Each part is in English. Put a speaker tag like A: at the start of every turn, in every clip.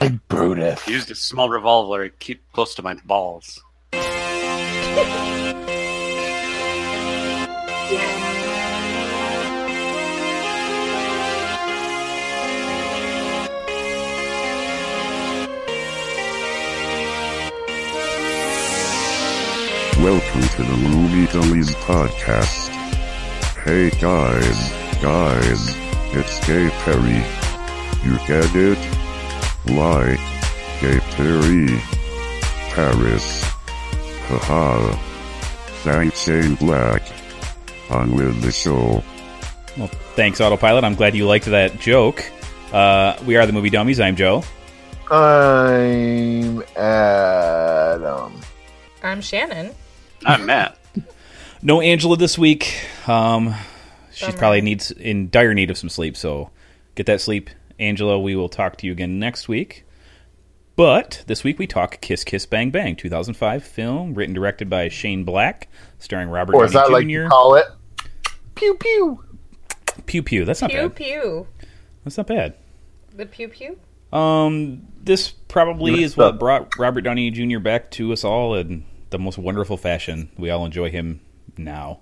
A: Big Brutus.
B: Used a small revolver to keep close to my balls.
C: Welcome to the Movie Gullies podcast. Hey guys, guys, it's Gay Perry. You get it? Like, Gay Perry. Paris. Haha. Thanks, Shane Black. On with the show.
D: Well, thanks, Autopilot. I'm glad you liked that joke. Uh, we are the Movie Dummies. I'm Joe.
A: I'm Adam.
E: I'm Shannon.
B: I'm Matt.
D: No Angela this week. Um, she
E: Bummer.
D: probably needs in dire need of some sleep. So get that sleep, Angela. We will talk to you again next week. But this week we talk Kiss Kiss Bang Bang, 2005 film written directed by Shane Black, starring Robert
A: Or is that like
D: Downey
A: you
D: Jr.
A: call it? Pew pew.
D: pew pew. That's not
E: Pew
D: bad.
E: pew.
D: That's not bad.
E: The pew pew.
D: Um, this probably
A: Messed
D: is what
A: up.
D: brought Robert Downey Jr. back to us all in the most wonderful fashion. We all enjoy him now,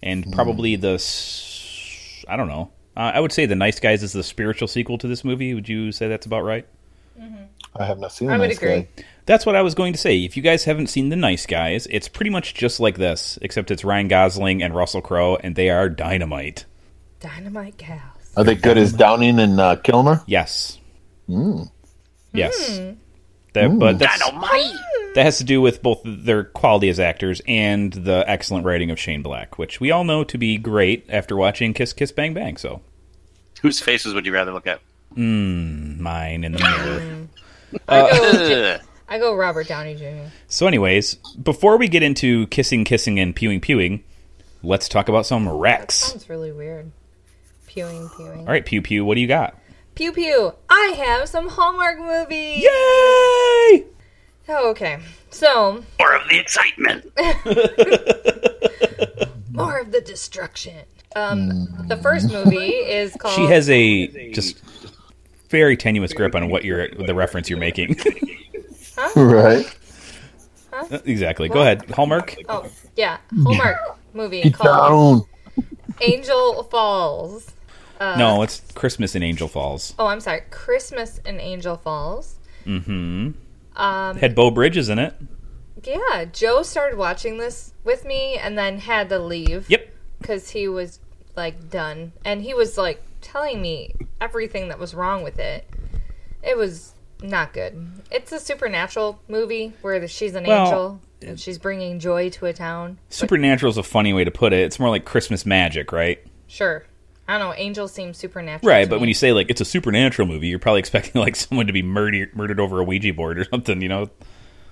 D: and probably the s- I don't know. Uh, I would say the Nice Guys is the spiritual sequel to this movie. Would you say that's about right?
A: I have not seen
E: I
A: this
E: would agree.
D: That's what I was going to say. If you guys haven't seen The Nice Guys, it's pretty much just like this, except it's Ryan Gosling and Russell Crowe, and they are dynamite.
E: Dynamite gals.
A: Are they good as Downing and uh, Kilmer?
D: Yes. Yes. That,
B: Hmm.
D: But that's,
B: Dynamite!
D: that has to do with both their quality as actors and the excellent writing of Shane Black, which we all know to be great after watching Kiss Kiss Bang Bang. So
B: Whose faces would you rather look at?
D: mine in the mirror.
B: Ugh.
E: I go Robert Downey Jr.
D: so, anyways, before we get into kissing, kissing, and pewing, pewing, let's talk about some wrecks.
E: Sounds really weird. Pewing pewing.
D: All right, pew pew, what do you got?
E: Pew pew. I have some Hallmark movies.
D: Yay!
E: Oh, okay. So
B: More of the excitement!
E: more of the destruction. Um, the first movie is called.
D: Mm. She has a just very tenuous grip on what you're the reference you're making.
A: Right.
D: exactly. Go ahead, Hallmark.
E: Oh yeah, Hallmark movie
A: Get
E: called
A: down.
E: Angel Falls.
D: No, it's Christmas in Angel Falls.
E: Oh, I'm sorry, Christmas in Angel Falls.
D: Had Bo Bridges in it.
E: Yeah, Joe started watching this with me and then had to leave.
D: Yep.
E: Because he was like done. And he was like telling me everything that was wrong with it. It was not good. It's a supernatural movie where the, she's an
D: Well,
E: angel and she's bringing joy to a town.
D: Supernatural is a funny way to put it. It's more like Christmas magic, right?
E: Sure. I don't know. Angels seem supernatural.
D: Right,
E: to
D: but
E: me.
D: when you say like it's a supernatural movie, you're probably expecting like someone to be murdered murdered over a Ouija board or something, you know?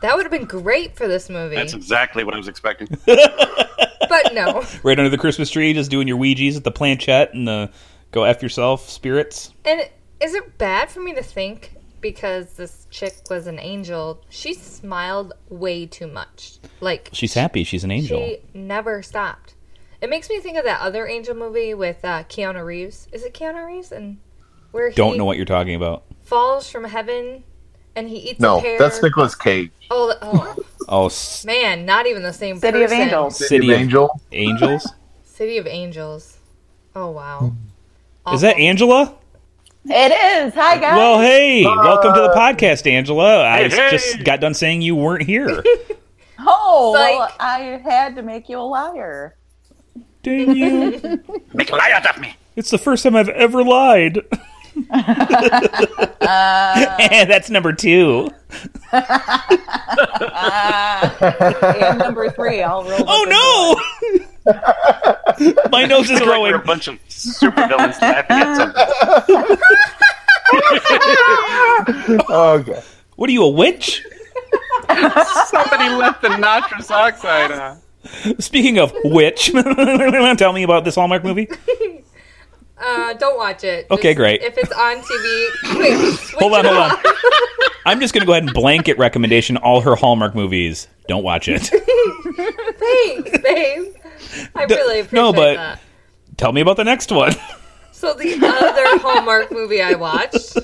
E: that would have been great for this movie,
B: That's exactly what I was expecting.
E: but no.
D: Right under the Christmas tree, just doing your Ouija's at the planchette and the go F yourself spirits.
E: And is it bad for me to think because this chick was an angel, she smiled way too much. Like
D: She's happy, she's an angel.
E: she never stopped. It makes me think of that other angel movie with uh, Keanu Reeves. Is it Keanu Reeves? And where he
D: Don't know what you're talking about.
E: falls from heaven and he eats a
A: No,
E: pear.
A: that's Nicolas Cage.
E: Oh, th- oh
D: Oh, s-
E: man, not even the same
F: City of
E: person.
F: Angels.
D: City of
A: Angel.
D: Angels?
E: City of Angels. Oh wow.
D: Is that Angela?
F: It is. Hi, guys.
D: Well, hey, welcome to the podcast, Angela. I
B: Hey, hey.
D: just got done saying you weren't here.
F: oh, well,
E: Psych.
F: I had to make you a liar.
D: Dang you.
B: Make a lie out of me!
D: It's the first time I've ever lied. Eh, That's number two.
F: And number three, I'll roll. with it.
D: Oh, no! My nose is
B: Feel like we're
D: growing.
B: a bunch of supervillains laughing at something.
A: Okay.
D: What are you, a witch?
G: Somebody left the nitrous oxide on.
D: Speaking of witch, tell me about this Hallmark movie.
E: Uh, don't watch it.
D: Okay,
E: Just-
D: great.
E: If it's on TV, quick, switch
D: Hold on,
E: it
D: hold
E: off.
D: on. I'm just going to go ahead and blanket recommendation all her Hallmark movies. Don't watch it.
E: Thanks, babe. I really appreciate
D: no, but-
E: that.
D: Tell me about the next one.
E: So the other Hallmark movie I watched,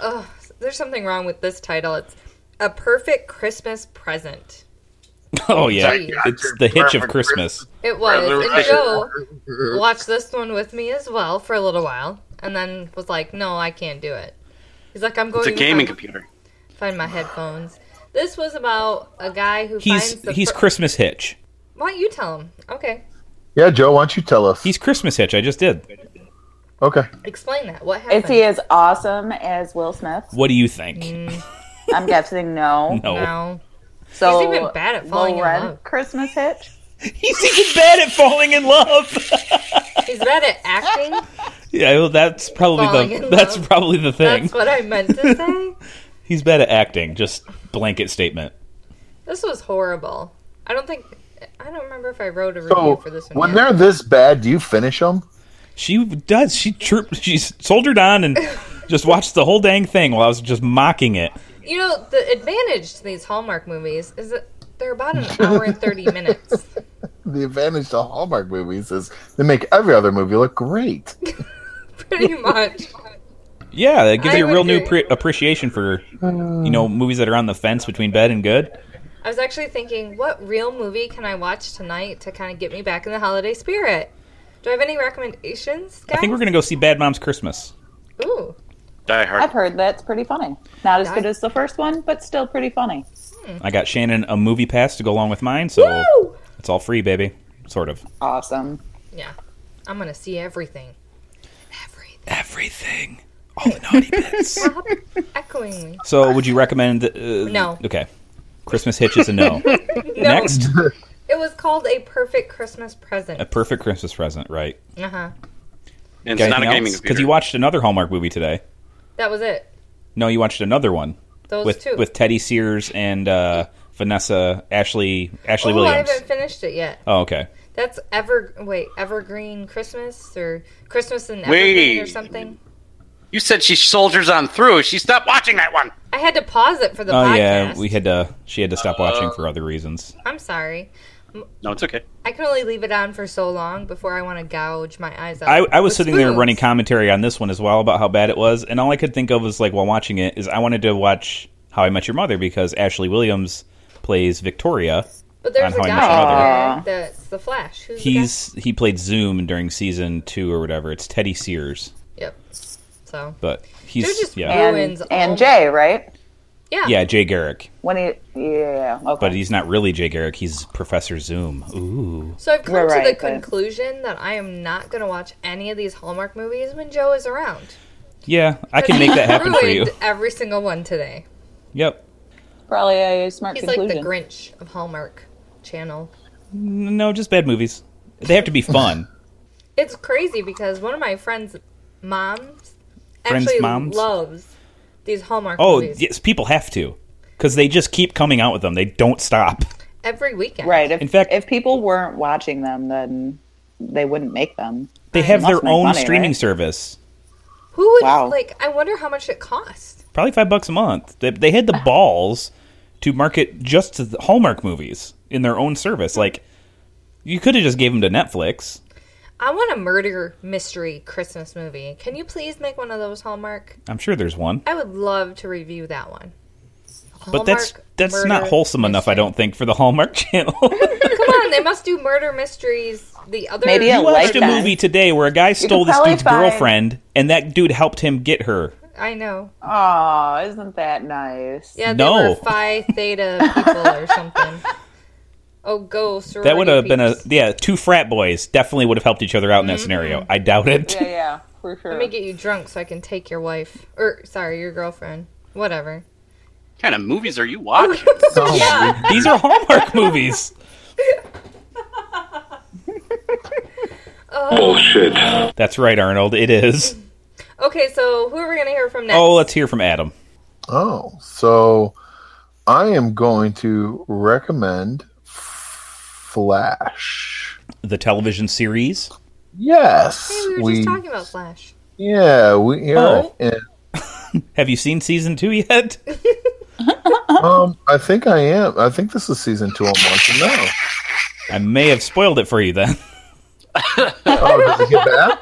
E: oh, there's something wrong with this title. It's a perfect Christmas present.
D: Oh yeah,
E: Jeez.
D: it's the hitch of Christmas.
E: It was. And
B: Resolution.
E: Joe watched this one with me as well for a little while, and then was like, "No, I can't do it." He's like, "I'm going
B: It's a
E: to
B: gaming
E: find,
B: computer.
E: find my headphones." This was about a guy who finds
D: He's
E: the
D: he's
E: fir-
D: Christmas hitch.
E: Why don't you tell him? Okay,
A: Yeah, Joe, why don't you tell us?
D: He's Christmas hitch. I just did.
A: okay.
E: explain that. What happened?
F: Is he as awesome as Will Smith?
D: What do you think?
F: I'm guessing no.
D: No,
E: Mm, No.
F: So
E: He's even bad at falling in
F: low-rent
E: love.
F: Christmas hitch.
D: he's even bad at falling in love.
E: He's bad at acting.
D: yeah, well, that's probably
E: Falling
D: the
E: in
D: that's
E: love.
D: probably the thing.
E: That's what I meant to say.
D: He's bad at acting. Just blanket statement.
E: This was horrible. I don't think I don't remember if I wrote a review
A: So,
E: for this one.
A: when
E: yet.
A: they're this bad, do you finish them?
D: She does. She troop. She soldiered on and just watched the whole dang thing while I was just mocking it.
E: You know, the advantage to these Hallmark movies is that they're about an hour and 30 minutes.
A: The advantage to Hallmark movies is they make every other movie look great.
E: Pretty much.
D: Yeah, that gives
E: I
D: you a real
E: would
D: new
E: agree.
D: pre- appreciation for you know movies that are on the fence between bad and good.
E: I was actually thinking, what real movie can I watch tonight to kind of get me back in the holiday spirit? Do I have any recommendations, guys?
D: I think we're gonna go see Bad Moms Christmas.
E: Ooh,
B: Die Hard.
F: I've heard that's pretty funny. Not as
E: Nice.
F: good as the first one, but still pretty funny.
D: I got Shannon a movie pass to go along with mine, so
E: Woo!
D: it's all free, baby. Sort of.
F: Awesome.
E: yeah. I'm going to see everything. Everything.
D: Everything. All the naughty bits.
E: Stop echoing me.
D: So, would you recommend? Uh,
E: No.
D: Okay. Christmas Hitch is a no. Next,
E: It was called A Perfect Christmas
D: a
E: Present.
D: perfect Christmas present, right?
E: Uh huh.
B: And
D: Got
B: it's not a
D: anything
B: gaming
D: else?
B: computer.
D: you watched another Hallmark movie today.
E: That was it.
D: No, you watched another one
E: Those
D: with
E: two. Oh,
D: with Teddy Sears and uh, Vanessa Ashley Ashley
E: oh, I
D: Williams.
E: haven't finished it yet.
D: Oh, okay.
E: That's ever wait evergreen Christmas or Christmas and
B: Wait.
E: evergreen or something.
B: You said she soldiers on through. She stopped watching that one.
E: I had to pause it for the
D: Oh
E: podcast.
D: yeah, we had to. She had to stop
B: Uh,
D: watching for other reasons.
E: I'm sorry.
B: No, it's okay.
E: I can only leave it on for so long before I want to gouge my eyes out.
D: I, I was
E: with
D: sitting there
E: spoons.
D: running commentary on this one as well about how bad it was, and all I could think of was like while watching it is I wanted to watch How I Met Your Mother because Ashley Williams plays Victoria.
E: But there's
D: on
E: a
D: How I
E: guy
D: Met Your
E: out there that's the Flash. Who's the guy?
D: He's he played Zoom during season two or whatever. It's Teddy Sears,
E: yep. So
D: but he's
E: They're just
D: yeah
F: And,
E: Ruins all-
F: and Jay, right?
E: yeah,
D: yeah Jay Garrick,
F: When he, yeah, okay.
D: but he's not really Jay Garrick. He's Professor Zoom. Ooh,
E: So I've come
F: We're
E: to the
F: right, but-
E: conclusion that I am not going to watch any of these Hallmark movies when Joe is around.
D: yeah, I can make that happen for you.
E: Ruined Every single one today.
D: Yep.
F: probably a smart
E: He's like
F: conclusion.
E: the Grinch of Hallmark Channel.
D: No, just bad movies. They have to be fun.
E: It's crazy because one of my friends' moms
D: Friends'
E: actually
D: moms?
E: loves these Hallmark
D: Oh,
E: movies
D: yes, people have to because they just keep coming out with them. They don't stop.
E: every weekend.
F: right. If,
D: In fact-
F: if people weren't watching them, then they wouldn't make them.
D: They have their
F: must make
D: own
F: money,
D: streaming
F: right?
D: service.
E: Who would
F: Wow.
E: like? I wonder how much it costs.
D: probably five bucks a month. They, they had the balls to market just to the Hallmark movies in their own service. Like, you could have just gave them to Netflix.
E: I want a murder mystery Christmas movie. Can you please make one of those Hallmark?
D: I'm sure there's one,
E: I would love to review that one.
D: but that's
E: Hallmark
D: that's
E: murder
D: not wholesome enough. I
E: mystery.
D: don't think for the Hallmark Channel.
E: Come on, they must do murder mysteries. The other
F: Maybe
D: I
F: it'll- like
D: watched a
F: that.
D: movie today where a guy stole this
F: probably
D: dude's
F: find-
D: girlfriend, and that dude helped him get her.
E: I know.
F: Oh, isn't that nice?
E: Yeah, they
D: No.
E: were Phi Theta people or something. Oh, go sorority
D: That would have been a
E: peeps.
D: yeah. Two frat boys definitely would have helped each other out in
E: Mm-hmm.
D: that scenario. I doubt it.
F: Yeah, yeah, for sure.
E: Let me get you drunk so I can take your wife. Or, sorry, your girlfriend. Whatever.
B: What kind of movies are you watching?
E: yeah.
D: These are Hallmark movies.
E: Oh.
D: Bullshit. That's right, Arnold. It is.
E: Okay, so who are we going to hear from next?
D: Oh, let's hear from Adam.
A: Oh, so I am going to recommend Flash.
D: The television series.
A: Yes,
E: Hey, we were just talking about Flash.
A: yeah we
D: Oh.
A: yeah,
D: Have you seen season two yet?
A: um I think I am I think this is season two. I'm watching now.
D: I may have spoiled it for you then.
A: Oh, does it get bad?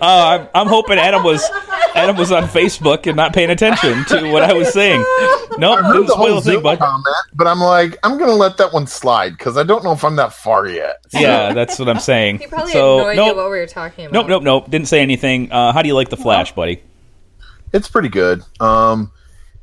D: Oh, I'm, I'm Uh, hoping Adam was Adam was on Facebook and not paying attention to what I was saying. Nope,
A: I heard
D: didn't
A: the
D: spoil
A: whole
D: a thing,
A: Zoom
D: bud.
A: comment, but I'm like, I'm gonna let that one slide because I don't know if I'm that far yet.
D: Yeah, that's what I'm saying.
E: He probably
D: so,
E: had no idea
D: nope,
E: what we were talking about.
D: nope, nope, nope. Didn't say anything. Uh, how do you like the Flash, buddy?
A: It's pretty good. Um,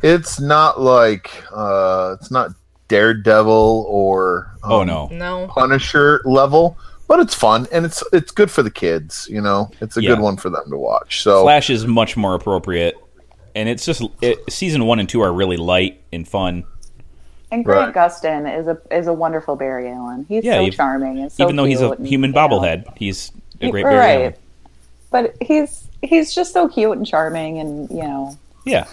A: it's not like uh, it's not Daredevil or um,
D: Oh no,
E: No.
A: Punisher level, but it's fun and it's it's good for the kids. You know, it's a
D: Yeah.
A: good one for them to watch. So
F: Oh.
D: Flash is much more appropriate, and it's just it, season one and two are really light and fun.
F: And Grant
A: Right.
F: Gustin is a is a wonderful Barry Allen. He's
D: Yeah,
F: so
D: even-
F: charming. And so
D: Even though he's a
F: cute and,
D: human
F: you know,
D: bobblehead, he's a
F: he-
D: great Barry
F: right.
D: Allen.
F: But he's he's just so cute and charming, and you know,
D: Yeah.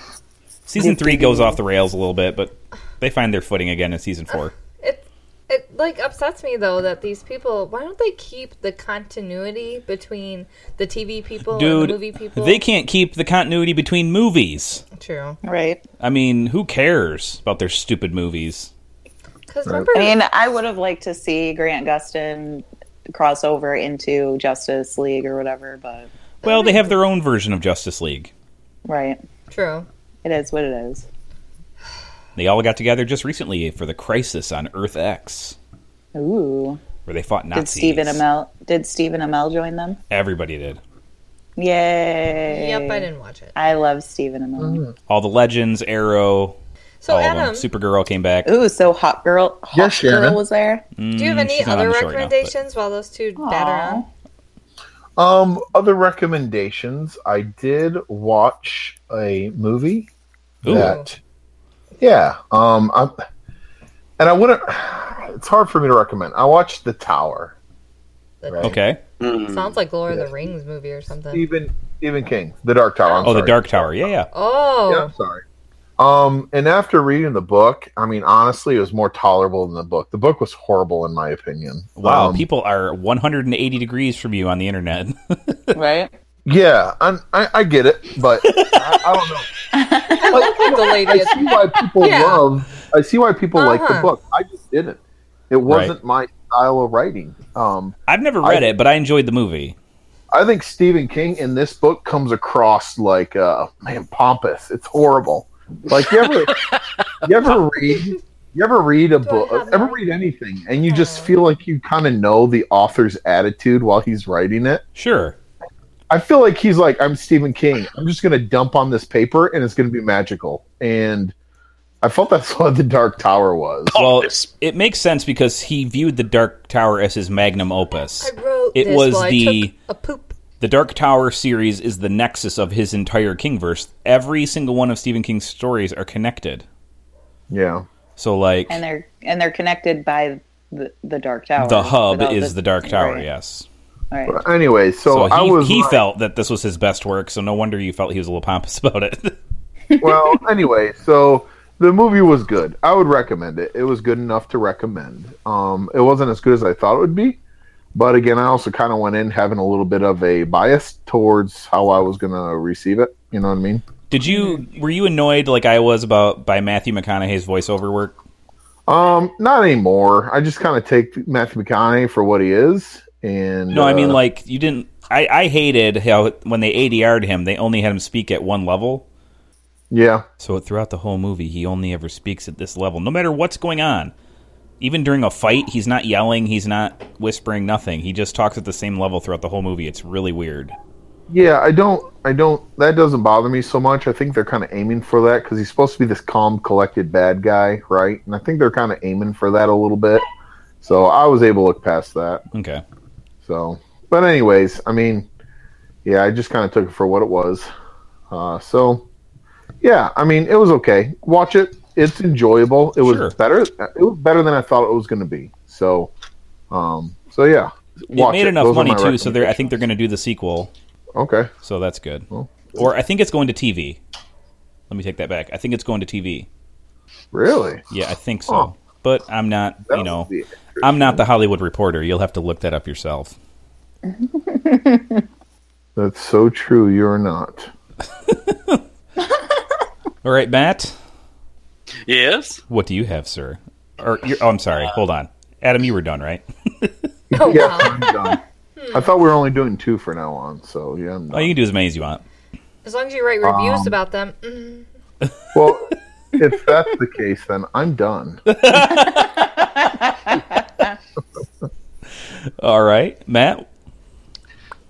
D: Season three goes off the rails a little bit, but they find their footing again in season four.
E: It it like upsets me though that these people why don't they keep the continuity between the TV people and the movie
D: Dude,
E: people?
D: they can't keep the continuity between movies.
E: True.
F: right?
D: I mean, who cares about their stupid movies?
E: Because remember
F: I mean, I would have liked to see Grant Gustin cross over into Justice League or whatever, but
D: Well, they have their own version of Justice League.
F: right,
E: True.
F: it is what it is.
D: They all got together just recently for the crisis on Earth X,
F: Ooh,
D: where they fought
F: did
D: Nazis.
F: Stephen Amell did Stephen Amell join them?
D: Everybody did.
F: Yay!
E: Yep, I didn't watch it.
F: I love Stephen Amell.
D: All the legends, Arrow,
E: So
D: all
E: Adam,
D: of them. Supergirl came back. Mm,
F: Ooh, so Hot Girl, Hot
A: Yes, Shannon.
F: Girl was there.
E: do you have any
D: she's not on
E: other
D: the show right now, but-
E: recommendations while those two batter on?
A: Um, other recommendations. I did watch a movie
D: Ooh.
A: that, yeah. Um, I and I wouldn't. It's hard for me to recommend. I watched The Tower.
E: The-
A: Right.
D: Okay.
E: Sounds like Lord of the Rings movie or something.
A: Stephen Stephen King, The Dark Tower. I'm
D: Oh, the
A: sorry.
D: Dark Tower. Yeah, yeah.
A: Yeah,
E: Oh,
A: I'm sorry. Um, and after reading the book, I mean, honestly, it was more tolerable than the book. The book was horrible, in my opinion.
D: Wow,
A: Um,
D: people are 180 degrees from you on the internet.
F: right?
A: yeah, I'm, I I get it, but I, I don't know.
E: the lady.
A: I see why people
E: Yeah.
A: love. I see why people like the
E: Uh-huh.
A: book. I just didn't. It wasn't my style of writing. Um,
D: I've never read
A: I-
D: it, but I enjoyed the movie.
A: I think Stephen King in this book comes across like uh, man pompous. It's horrible. Like you ever, you ever read, you ever read a
E: I
A: book,
E: have
A: ever
E: that?
A: read anything, and you just
E: Oh.
A: feel like you kind of know the author's attitude while he's writing it.
D: Sure.
A: I feel like he's like, I'm Stephen King. I'm just gonna dump on this paper, and it's gonna be magical. And I felt that's what the Dark Tower was.
D: Well,
B: this-
D: it makes sense because he viewed the Dark Tower as his magnum opus.
E: I wrote
D: It
E: this
D: was
E: while I
D: the-
E: took a poop.
D: The Dark Tower series is the nexus of his entire Kingverse. Every single one of Stephen King's stories are connected.
A: Yeah.
D: So, like,
F: And they're and they're connected by the, the Dark Tower.
D: the hub
F: without
D: is the, Dark Tower,
F: right,
D: yes.
F: Right.
A: But anyway, so,
D: So he,
A: I was
D: he
A: like-
D: felt that this was his best work, so no wonder you felt he was a little pompous about it.
A: well, anyway, so the movie was good. I would recommend it. It was good enough to recommend. Um, it wasn't as good as I thought it would be, but again, I also kind of went in having a little bit of a bias towards how I was going to receive it. You know what I mean?
D: Did you
A: Mm-hmm.
D: were you annoyed like I was about by Matthew McConaughey's voiceover work?
A: Um, not anymore. I just kind of take Matthew McConaughey for what he is, and
D: No, I mean
A: uh,
D: like you didn't. I, I hated how when they ADR'd him, they only had him speak at one level.
A: yeah,
D: So throughout the whole movie, he only ever speaks at this level, no matter what's going on. Even during a fight, he's not yelling, he's not whispering, nothing. He just talks at the same level throughout the whole movie. It's really weird.
A: yeah. I don't, I don't. That doesn't bother me so much. I think they're kind of aiming for that because he's supposed to be this calm, collected bad guy, right? And I think they're kind of aiming for that a little bit. So I was able to look past that.
D: Okay.
A: So, but anyways, I mean, yeah, I just kind of took it for what it was. Uh, so, yeah, I mean, it was okay. Watch it; it's enjoyable. It was
D: Sure.
A: better. It was better than I thought it was going to be. So, um, so yeah, watch
D: it made enough
A: Those are
D: money
A: my
D: too, so they're I think they're
A: recommendations.
D: going to do the sequel,
A: okay.
D: so that's good.
A: Well,
D: Or I think it's going to TV. Let me take that back. I think it's going to TV.
A: Really?
D: Yeah, I think so.
A: Huh.
D: But I'm not,
A: That
D: you
A: would
D: know,
A: be
D: I'm not the Hollywood reporter. You'll have to look that up yourself.
A: That's so true. You're not.
D: All right, Matt.
B: Yes.
D: What do you have, sir? Or you're, oh, I'm sorry. Hold on, Adam. You were done, right?
E: Oh
A: Yeah,
E: wow.
A: I'm done. I thought we were only doing two for now on. So yeah, I'm
D: Oh, you
A: done.
D: can do as many as you want.
E: As long as you write reviews
B: Um,
E: about them. Mm.
A: Well, if that's the case, then I'm done.
D: All right, Matt.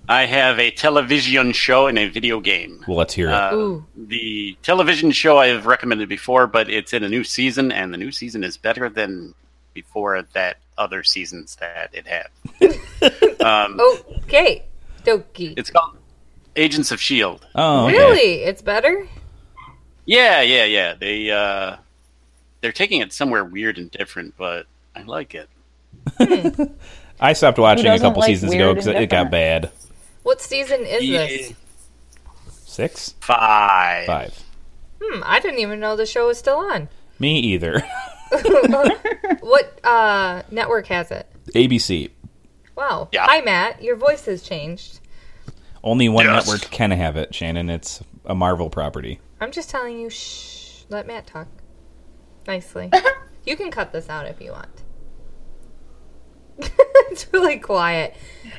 B: I have a television show and a video game.
D: Well, let's hear it.
B: Uh,
E: Ooh.
B: the television show I've recommended before, but it's in a new season, and the new season is better than before that other seasons that it had. um,
E: Okay. Doki.
B: It's called Agents of Shield.
D: oh, okay.
E: Really? It's better?
B: Yeah, yeah, yeah. They uh, they're taking it somewhere weird and different, but I like it.
D: I stopped watching a
F: doesn't
D: couple
F: like
D: seasons ago
F: weird
D: because
F: and
D: it got bad.
F: different?
E: What season is this?
D: Six,
B: Five.
D: five.
E: Hmm, I didn't even know the show was still on.
D: Me either.
E: What uh network has it?
D: ABC.
E: Wow.
B: Yeah.
E: Hi Matt, your voice has changed.
D: Only one
B: Yes.
D: network can have it, Shannon. It's a Marvel property.
E: I'm just telling you, shh. Let Matt talk nicely. you can cut this out if you want. it's really quiet.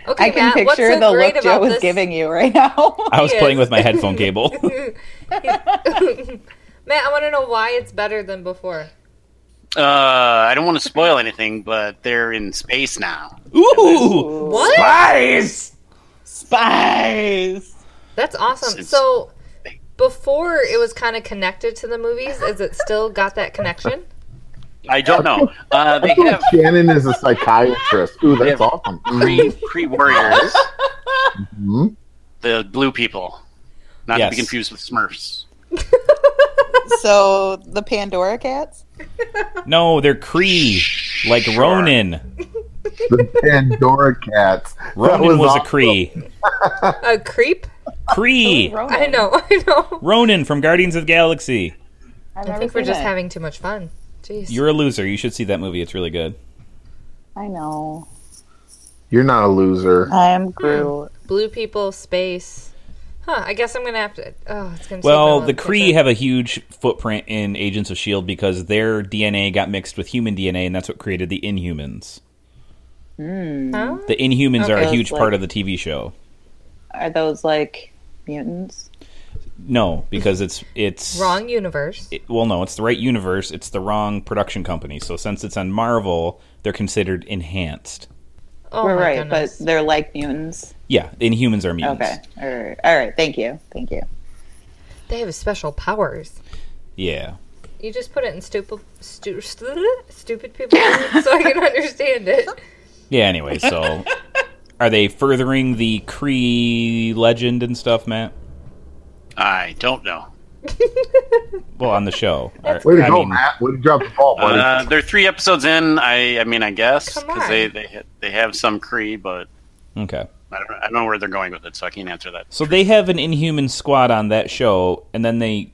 E: Okay,
F: I can
E: Matt, what's
F: picture
E: so
F: the
E: great
F: look Joe
E: about
F: was
E: this?
F: giving you right now.
D: I was
E: Yes.
D: playing with my headphone cable.
E: Matt, I want to know why it's better than before.
B: Uh, I don't want to spoil anything, but they're in space now.
D: Ooh,
E: What?
G: Spies!
F: Spies.
E: That's awesome.
B: It's-
E: so before it was kind of connected to the movies. Is it still got that connection?
B: I don't know. Uh, they
A: I feel
B: have
A: like Shannon is a psychiatrist. Ooh, that's
B: Yeah.
A: awesome.
B: pre pre warriors,
A: Mhm.
B: the blue people, not to
D: Mm-hmm. Yes.
B: be confused with Smurfs.
F: So the Pandora cats.
D: no, they're Cree, like
B: Sure.
D: Ronin.
A: The Pandora cats. That
D: Ronin was, a
A: awesome.
D: Cree.
E: A creep?
D: Cree,
F: Oh.
E: I know. I know.
D: Ronin from Guardians of the Galaxy.
F: I've
E: I
F: never
E: think we're
F: seen
E: just
F: it.
E: having too much fun. Jeez.
D: You're a loser. You should see that movie. It's really good.
F: I know.
A: You're not a loser.
F: I am Groot.
E: Blue people, space. Huh. I guess I'm gonna have to. Oh, it's gonna. take
D: Well,
E: my
D: the
E: mom to
D: Kree
E: catch up.
D: have a huge footprint in Agents of Shield E because their DNA got mixed with human DNA, and that's what created the Inhumans.
E: Huh?
D: The Inhumans are a
F: Okay.
D: huge
F: Like-
D: part of the TV show.
F: Hmm. Are those like mutants?
D: No, because it's it's
E: Wrong universe.
D: it- well, no, it's the right universe. It's the wrong production company. So since it's on Marvel, they're considered enhanced.
E: Oh
F: we're
E: my
F: right,
E: goodness.
F: but they're like mutants.
D: Yeah, Inhumans are mutants.
F: Okay. All right. All right. Thank you. Thank you.
E: they have special powers.
D: Yeah.
E: You just put it in stupid, stu- stu- stupid people so I can understand it.
D: Yeah. Anyway, so are they furthering the Kree legend and stuff, Matt?
B: I don't know.
D: Well, on the show. Are-
A: Way to
D: I
A: go,
D: mean,
A: Matt. Way to drop the ball, buddy.
B: Uh, they're three episodes in. I, I mean, I guess
E: Come
B: because they
E: on.
B: they ha- they have some Cree, but
D: Okay.
B: I don't, I don't know where they're going with it, so I can't answer that.
D: So they have an Inhuman squad on that show, and then they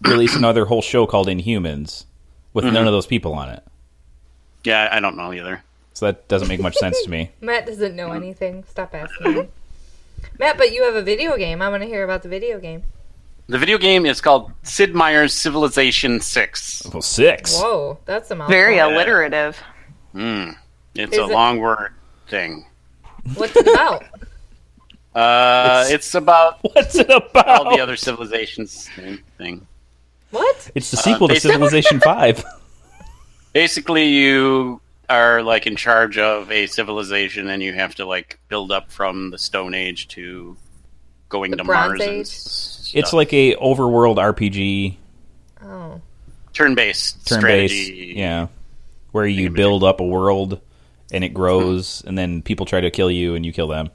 D: release another whole show called Inhumans with
B: Mm-hmm.
D: none of those people on it.
B: Yeah, I don't know either.
D: So that doesn't make much sense to me.
E: Matt doesn't know anything. Stop asking. him. Matt, but you have a video game. I want to hear about the video game.
B: The video game is called Sid Meier's Civilization Six.
D: Well, six.
E: Whoa, that's a mouthful.
F: Very alliterative.
B: Mm. It's
E: Is
B: a
E: it-
B: long word thing.
E: What's it about?
B: Uh, it's, about
D: What's it
B: all
D: about?
B: the other civilizations thing- thing.
E: What?
D: It's the sequel to
B: Uh, they-
D: Civilization Five.
B: Basically, you are like in charge of a civilization, and you have to like build up from the Stone Age to going
E: The
B: to
E: Bronze
B: Mars. And
E: Age?
B: stuff.
D: It's like a overworld RPG,
E: Oh,
B: turn-based
D: turn based,
B: strategy.
D: yeah, where you build up a world and it grows, and then people try to kill you and you kill them.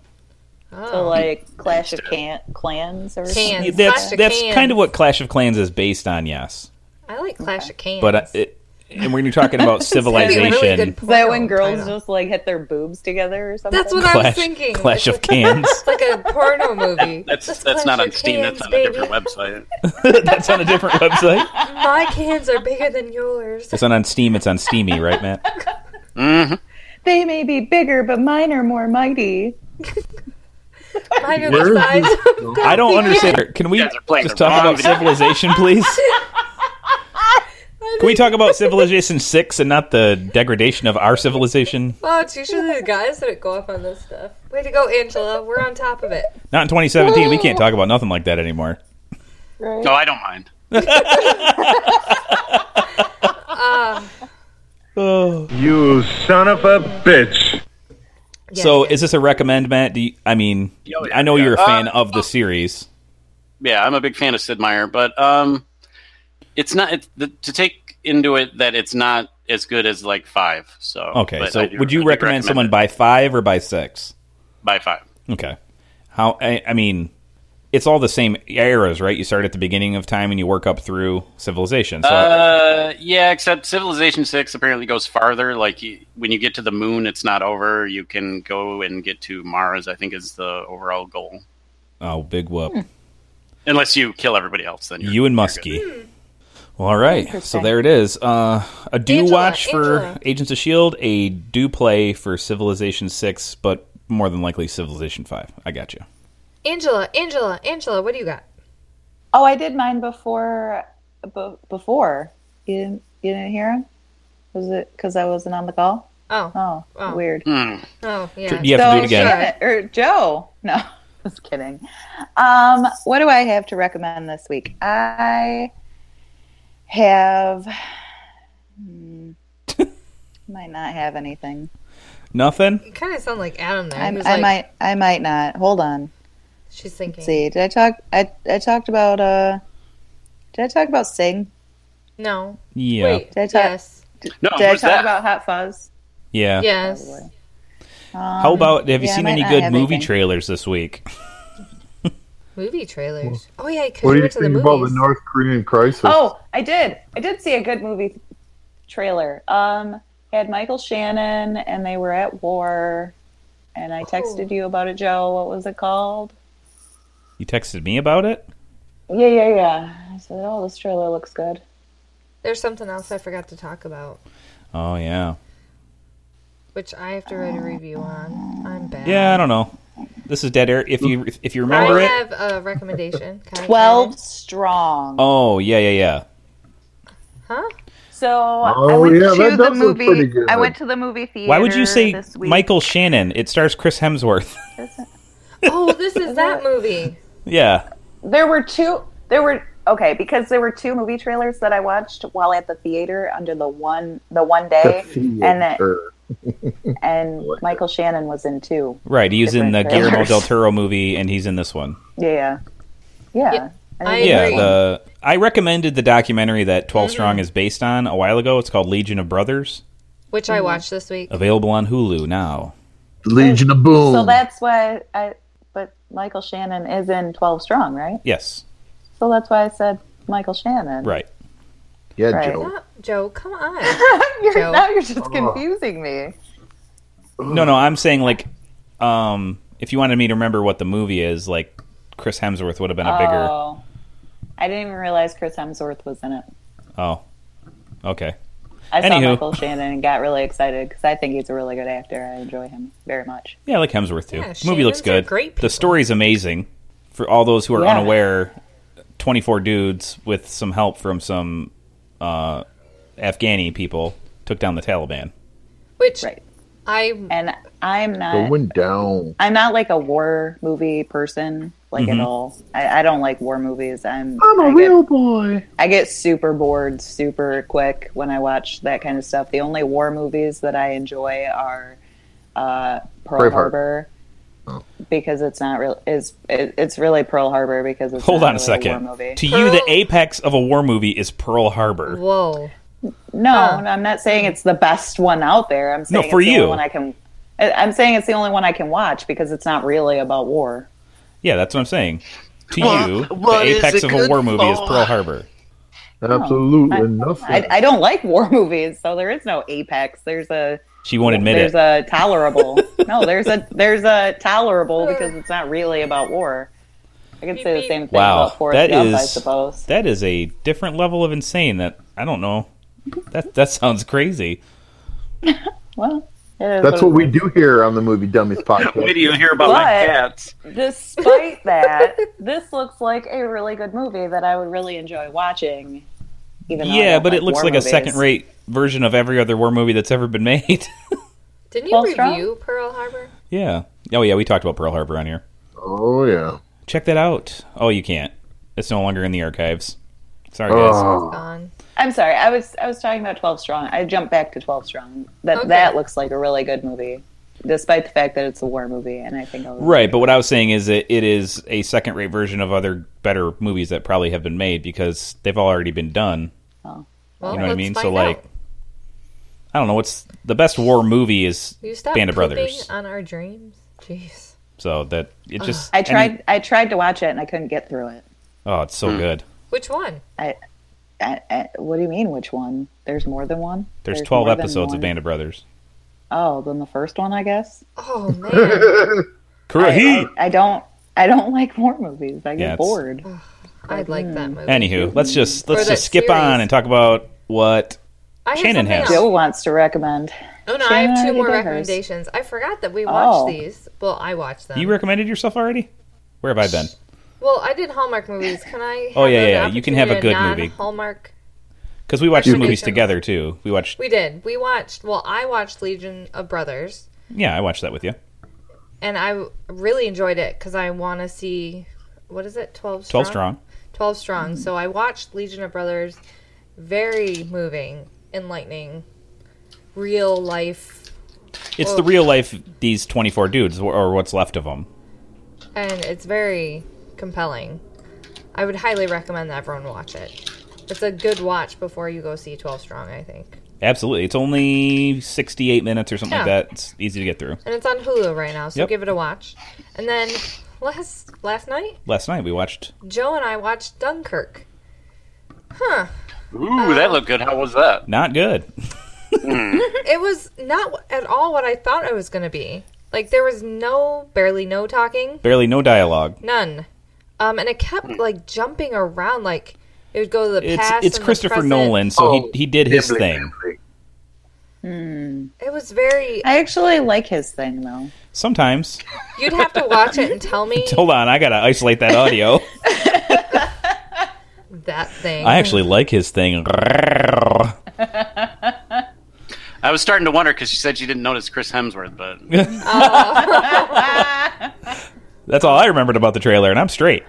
F: So
E: oh.
F: like Clash of Can- Clans or
E: Cans.
F: something.
E: Clash
D: that's
E: of
D: that's
E: Clans.
D: kind of what Clash of Clans is based on, yes.
E: I like Clash of Cans.
D: But uh, it, and when you're talking about
E: That'd be a
D: civilization,
E: really good
F: Is that
E: porno
F: when girls
E: title.
F: just like hit their boobs together or something?
E: That's what I was
D: Clash,
E: thinking.
D: Clash
E: It's
D: of Cans.
E: like a porno movie.
B: That's
E: Let's
B: that's
E: Clash
B: not on
E: of
B: Steam.
E: Cans,
B: That's on
E: baby.
B: a different website.
D: that's on a different website.
E: My cans are bigger than yours.
D: It's not on Steam. It's on Steamy, right, Matt?
B: hmm
F: They may be bigger, but mine are more mighty.
E: Mine are
A: Where
E: the
A: is
E: size. of-
D: I don't understand. Can we
B: guys are playing
D: just
B: the
D: talk
B: wrong
D: about
B: video.
D: civilization, please?
E: I
D: Can we
E: think-
D: talk about Civilization Six and not the degradation of our civilization?
E: Wow, it's usually the guys that go up on this stuff. Way to go, Angela. We're on top of it.
D: Not in 2017. We can't talk about nothing like that anymore.
B: No, I don't mind.
D: Oh.
H: You son of a bitch.
E: Yes,
D: so,
E: yes.
D: is this a recommend, Matt? Do you, I mean,
B: Oh, yeah,
D: I know
B: yeah.
D: you're a fan
B: Uh,
D: of the series.
B: yeah, I'm a big fan of Sid Meier, but um, it's not it's, the, to take into it that it's not as good as like five. So
D: Okay,
B: but I
D: so
B: do-
D: would you
B: I do
D: recommend, someone
B: it
D: by five or by six?
B: by five?
D: Okay. How? I, I mean, it's all the same eras, right? You start at the beginning of time and you work up through civilization. So,
B: Uh, yeah, except Civilization Six apparently goes farther. Like you, when you get to the moon, it's not over. You can go and get to Mars. I think is the overall goal,
D: oh, big whoop!
B: unless you kill everybody else. Then you're,
D: You and
B: you're
D: Muskie. Well, all right. So
F: Interesting.
D: there it is. Uh, a do
E: Angela,
D: watch for
E: Angela.
D: Agents of Shield, E a do play for Civilization Six, but more than likely Civilization Five. I got you.
E: Angela, Angela, Angela, what do you got?
F: Oh, I did mine before. b- before you didn't you didn't hear him? Was it because I wasn't on the call?
E: Oh,
F: Oh,
E: Oh.
F: weird.
B: good. Hmm.
E: oh, yeah.
D: Tr- You have to do it again.
F: Shannon- or Joe. No, just kidding. Um, what do I have to recommend this week? I have. hmm, might not have anything.
D: Nothing.
E: You kind of sound like Adam there.
F: I, I
E: who's like,
F: might. I might not. Hold on.
E: She's thinking.
F: Let's see. Did I talk? I I talked about. Uh, did I talk about Sing?
E: No.
D: Yeah.
E: Wait.
F: Did I talk-
E: yes.
B: No,
F: Did I
B: Oh, who's
F: talk
B: that?
F: about Hot Fuzz?
D: Yeah.
E: Yes.
F: Probably.
D: How about have you
F: yeah, I
D: seen
F: might
D: any
F: not
D: good
F: have
D: movie
F: anything.
D: trailers this week?
E: Movie trailers. Oh yeah, because
A: What
E: we
A: do you
E: went to the
A: think about the
E: movies.
A: North Korean crisis?
F: Oh, I did. I did see a good movie th- trailer. Um, it had Michael Shannon, and they were at war. And I texted you about it, Joe. What was it called?
D: You texted me about it.
F: Yeah, yeah, yeah. I said, "Oh, this trailer looks good."
E: There's something else I forgot to talk about,
D: Oh yeah.
E: which I have to write a review on. I'm bad.
D: Yeah, I don't know. This is dead air. If you if you remember
E: I
D: it.
E: have a recommendation. Can I
F: Twelve
E: try
F: strong.
D: Oh yeah yeah yeah.
E: it? Huh?
F: So I
A: Oh,
F: went
A: yeah, that
F: to the
A: does look pretty
F: movie.
A: good.
F: I went to the movie theater.
D: Why would you say
F: this week.
D: Michael Shannon? It stars Chris Hemsworth.
E: Oh, this is that movie.
D: yeah.
F: There were two. There were okay because there were two movie trailers that I watched while at the theater under the one the one day, and that,
A: Theater.
F: and Michael Shannon was in two.
D: Right. He was in the
F: Different
D: Guillermo
F: trailers.
D: del Toro movie, and he's in this one.
F: Yeah,
E: Yeah,
F: yeah, yeah.
E: I
F: think-
D: Yeah.
E: agree.
D: The I recommended the documentary that
F: Mm-hmm.
D: 12 Strong is based on a while ago. It's called Legion of Brothers.
E: Which
F: Mm.
E: I watched this week.
D: Available on Hulu now.
A: Legion of Boom.
F: So that's why I. But Michael Shannon is in Twelve Strong, right?
D: Yes.
F: So that's why I said Michael Shannon.
D: Right.
A: yeah,
F: right.
A: Joe.
E: Oh, Joe, come on.
F: You're-
E: Joe.
F: now you're just confusing me.
D: No, no. I'm saying like, um, if you wanted me to remember what the movie is, like Chris Hemsworth would have been a bigger.
F: Oh, I didn't even realize Chris Hemsworth was in it. Uh.
D: Oh. Okay.
F: I saw
D: Anywho.
F: Michael Shannon and got really excited because I think he's a really good actor. I enjoy him very much.
D: Yeah, I like Hemsworth too.
E: Yeah,
D: Movie looks
E: Shannons are
D: good.
E: great people.
D: the story's amazing. For all those who are
F: Yeah.
D: unaware, twenty four dudes with some help from some uh, Afghani people took down the Taliban.
E: Which
F: Right.
E: I
F: and I'm not.
A: Going down.
F: I'm not like a war movie person, like
D: Mhm.
F: at all. I, I don't like war movies. I'm.
A: I'm
F: I
A: a
F: get-
A: real boy.
F: I get super bored super quick when I watch that kind of stuff. The only war movies that I enjoy are uh, Pearl
A: Braveheart.
F: Harbor
D: Oh.
F: because it's not real. Is it, it's really Pearl Harbor because it's
D: Hold
F: not
D: on a
F: really
D: second.
F: war movie.
D: To you, the apex of a war movie is Pearl Harbor.
E: whoa.
F: No,
E: Huh.
F: no, I'm not saying it's the best one out there. I'm saying
D: for
F: it's the
D: you.
F: only one I can. I- I'm saying it's the only one I can watch because it's not really about war.
D: Yeah, that's what I'm saying. To
B: Well,
D: you, the
B: what is
D: apex
B: it
D: of a
B: good
D: war movie is
B: for?
D: Pearl Harbor.
A: Absolutely nothing.
F: I, I don't like war movies, so there is no apex. There's a
D: She won't admit
F: there's
D: it.
F: a tolerable. no, there's a there's a tolerable because it's not really about war. I can say the same thing
D: Wow,
F: about Forrest
D: that
F: Gump, I
D: is-
F: suppose.
D: that is a different level of insane. That I don't know. That that sounds crazy.
F: well, it is
A: That's what we do here on the Movie Dummies
B: Wait
A: podcast.
B: till you hear about my
F: But-
B: cats.
F: Despite that, this looks like a really good movie that I would really enjoy watching. Even though I
D: yeah,
F: don't
D: but
F: like
D: it looks
F: war
D: like
F: movies.
D: a second-rate version of every other war movie that's ever been made.
E: Didn't you
F: Paul Strong?
E: review Pearl Harbor?
D: yeah. Oh yeah, we talked about Pearl Harbor on here.
A: Oh yeah.
D: Check that out. Oh, you can't. It's no longer in the archives. Sorry, guys.
A: Oh,
E: Gone.
F: I'm sorry. I was I was talking about Twelve Strong. I jumped back to Twelve Strong. That
E: Okay.
F: that looks like a really good movie, despite the fact that it's a war movie. And I think I was
D: Right, but what I was saying is that it is a second-rate version of other better movies that probably have been made because they've already been done.
E: Well,
D: You know what I
E: let's
D: mean? So
E: find
D: like,
E: out.
D: I don't know what's the best war movie is
E: you stop
D: Band of
E: pooping
D: Brothers.
E: on our dreams. Jeez.
D: So that it just
F: I
D: any-
F: tried I tried to watch it and I couldn't get through it.
D: oh, it's so good.
E: Which one?
F: I, I, what do you mean? Which one? There's more than one.
D: There's 12
F: more than
D: episodes
F: one?
D: of Band of Brothers.
F: Oh, then the first one, I guess.
E: Oh man,
D: Correct.
F: I, I don't. I don't like war movies. I get
D: Yeah, it's-
F: bored.
E: I like that movie.
D: Hmm. Anywho, let's just
E: Or
D: let's
E: that
D: just skip
E: series.
D: on and talk about what
E: I have
D: Shannon
E: something
D: has.
E: else.
F: Jill wants to recommend.
E: Oh no, I have two
F: Shannon
E: more
F: already did hers.
E: recommendations. I forgot that we watched
F: Oh.
E: these. Well, I watched them.
D: you recommended yourself already. Where have I been?
E: well, I did Hallmark movies. Can I?
D: Oh,
E: have
D: yeah,
E: an
D: yeah, you can have a
E: opportunity to
D: good movie.
E: non-Hallmark.
D: Because we watched some movies
E: Recommendations.
D: together too. We watched.
E: We did. We watched. Well, I watched Legion of Brothers,
D: Yeah, I watched that with you.
E: and I really enjoyed it because I want to see. What is it? Twelve. Strong?
D: 12 strong.
E: 12 strong. So I watched Legion of Brothers. Very moving, enlightening, real life.
D: It's the real life these 24 dudes or- or what's left of them.
E: And it's very compelling. I would highly recommend that everyone watch it. It's a good watch before you go see 12 Strong, I think.
D: Absolutely. It's only 68 minutes or something like
E: Yeah.
D: that. It's easy to get through.
E: And it's on Hulu right now, so
D: Yep.
E: give it a watch. And then last last night,
D: Last night we watched
E: Joe and I watched Dunkirk.
B: Ooh, that looked good. How was that?
D: Not Good.
E: it was not at all what I thought it was going to be. Like there was no barely no talking.
D: Barely no dialogue.
E: None. Um, and it kept like jumping around. Like it would go to the
D: Hmm. It's
E: past.
D: it's
E: and the
D: Christopher
E: present.
D: Nolan, so
A: Oh,
D: he he did his
A: Ghibli
D: thing.
A: movie.
E: It was very.
F: I actually like his thing though.
D: Sometimes.
E: You'd have to watch it and tell me
D: Hold on, I gotta isolate that audio.
E: that thing.
D: I actually like his thing.
B: I was starting to wonder because you said you didn't notice Chris Hemsworth, but
D: That's all I remembered about the trailer, and I'm straight.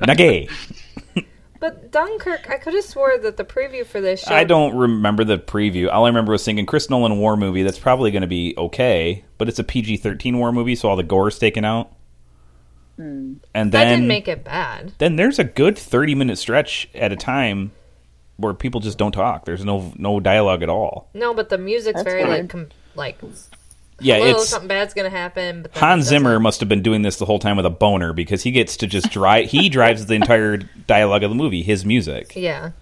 D: Not gay.
E: But Dunkirk, I could have swore that the preview for this show.
D: I don't remember the preview. All I remember was thinking Chris Nolan war movie. That's probably going to be okay, but it's a PG-13 war movie, so all the gore's taken out. And
E: Hmm. That
D: then
E: didn't make it bad.
D: then there's a good 30 minute stretch at a time where people just don't talk. There's no no dialogue at all.
E: No, but the music's very
F: weird.
E: like com- like.
D: Yeah,
E: Hello,
D: it's
E: something bad's gonna happen. But then it
D: Hans
E: doesn't.
D: Zimmer must have been doing this the whole time with a boner because he gets to just drive. he drives the entire dialogue of the movie, his music.
E: Yeah,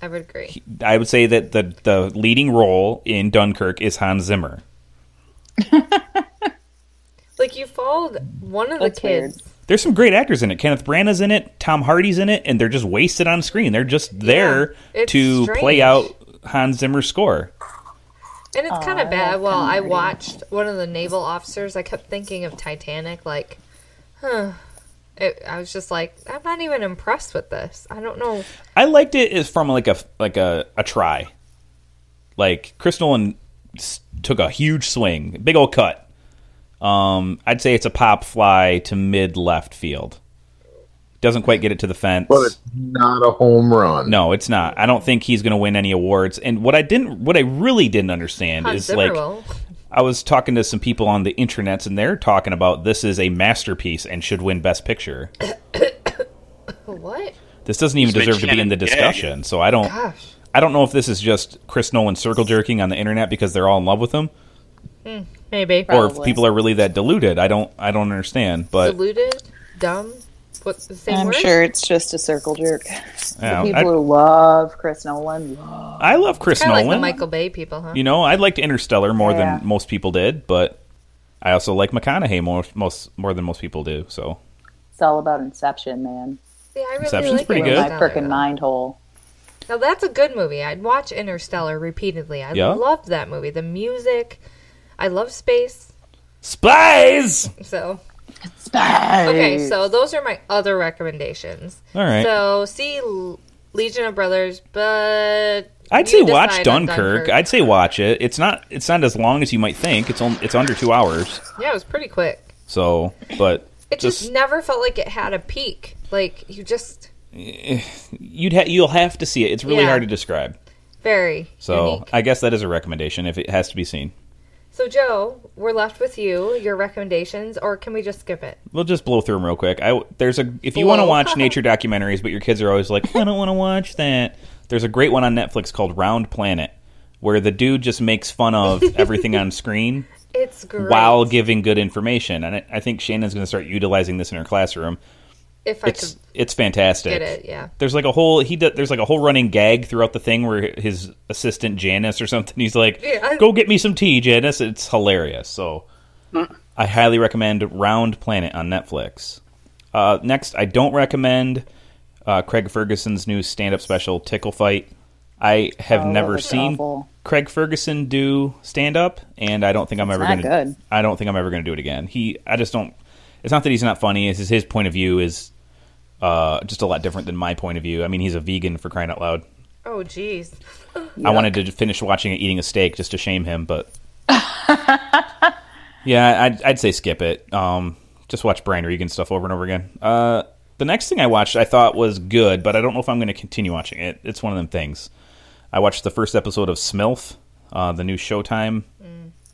E: I would agree.
D: I would say that the the leading role in Dunkirk is Hans Zimmer.
E: Like you followed one of the
F: That's
E: kids.
D: There's some great actors in it. Kenneth Branagh's in it. Tom Hardy's in it, and they're just wasted on screen. They're just there
E: it's
D: to
E: strange.
D: play out Hans Zimmer's score.
E: And it's kind of bad. Well, I watched one of the naval officers. I kept thinking of Titanic, like, huh. It, I was just like, I'm not even impressed with this. I don't know.
D: I liked it as from like a like a, a try. Like Chris Nolan s- took a huge swing, big old cut. Um, I'd say it's a pop fly to mid left field. Doesn't quite get it to the fence.
A: But it's not a home run.
D: no, it's not. I don't think he's going to win any awards. And what I didn't, what I really didn't understand
E: Hans
D: is
E: Zimmer
D: like
E: will.
D: I was talking to some people on the internets, and they're talking about this is a masterpiece and should win Best Picture.
E: But what?
D: This doesn't even
B: Just made
D: deserve to be in
B: Shannon
D: the
B: gag.
D: discussion. So I don't.
E: Gosh.
D: I don't know if this is just Chris Nolan circle jerking on the internet because they're all in love with him,
E: Maybe.
D: or if
F: Probably.
D: people are really that deluded. I don't. I don't understand. But
E: Deluded? Dumb? What's the same
F: I'm
E: word?
F: sure it's just a circle jerk.
D: yeah,
F: People
D: I,
F: who love Chris Nolan. love-
D: I love Chris
E: Kind of like
D: Nolan.
E: the Michael Bay people, huh?
D: you know, I liked Interstellar more
F: Yeah.
D: than most people did, but I also like McConaughey more most more than most people do. So
F: It's all about Inception, man.
E: yeah, I really
D: Inception's
E: like
D: pretty
F: Blew
D: good.
F: My
E: Interstellar,
F: freaking
E: though.
F: mind hole.
E: Now, that's a good movie. I'd watch Interstellar repeatedly. I
D: Yeah?
E: loved that movie. The music. I love space.
D: spies.
E: So,
F: Space.
E: Okay, so those are my other recommendations.
D: All right.
E: So see L- Legion of Brothers, but
D: I'd
E: you
D: say watch
E: decide on
D: Dunkirk. I'd say watch it. It's not it's not as long as you might think. It's only it's under two hours.
E: yeah, it was pretty quick.
D: So, but
E: It just,
D: Just-
E: never felt like it had a peak. Like you just
D: you'd ha- you'll have to see it. It's really
E: Yeah.
D: hard to describe.
E: very
D: So
E: unique.
D: I guess that is a recommendation if it has to be seen.
E: So Joe, we're left with you. Your recommendations, or can we just skip it?
D: We'll just blow through them real quick. I there's a if you want to
E: Blow.
D: watch nature documentaries, but your kids are always like, I don't want to watch that. There's a great one on Netflix called Round Planet, where the dude just makes fun of everything on screen
E: It's great.
D: while giving good information. And I, I think Shannon's going to start utilizing this in her classroom.
E: if I
D: It's
E: could
D: it's fantastic.
E: get it, yeah.
D: there's like a whole he do, there's like a whole running gag throughout the thing where his assistant Janice or something he's like
E: Yeah.
D: go get me some tea Janice it's hilarious so I highly recommend Round Planet on Netflix uh, next I don't recommend uh, Craig Ferguson's new stand up special Tickle Fight I have
F: Oh, that
D: never
F: looks
D: seen
F: awful.
D: Craig Ferguson do stand up and I don't think I'm ever
F: not
D: gonna
F: good.
D: I don't think I'm ever gonna do it again he I just don't it's not that he's not funny it's just his point of view is uh, just a lot different than my point of view. I mean, he's a vegan for crying out loud.
E: Oh, jeez.
D: I wanted to finish watching it eating a steak just to shame him, but yeah, I'd, I'd say skip it. Um, just watch Brian Regan stuff over and over again. Uh, the next thing I watched, I thought was good, but I don't know if I'm going to continue watching it. It's one of them things. I watched the first episode of Smilf, uh, the new Showtime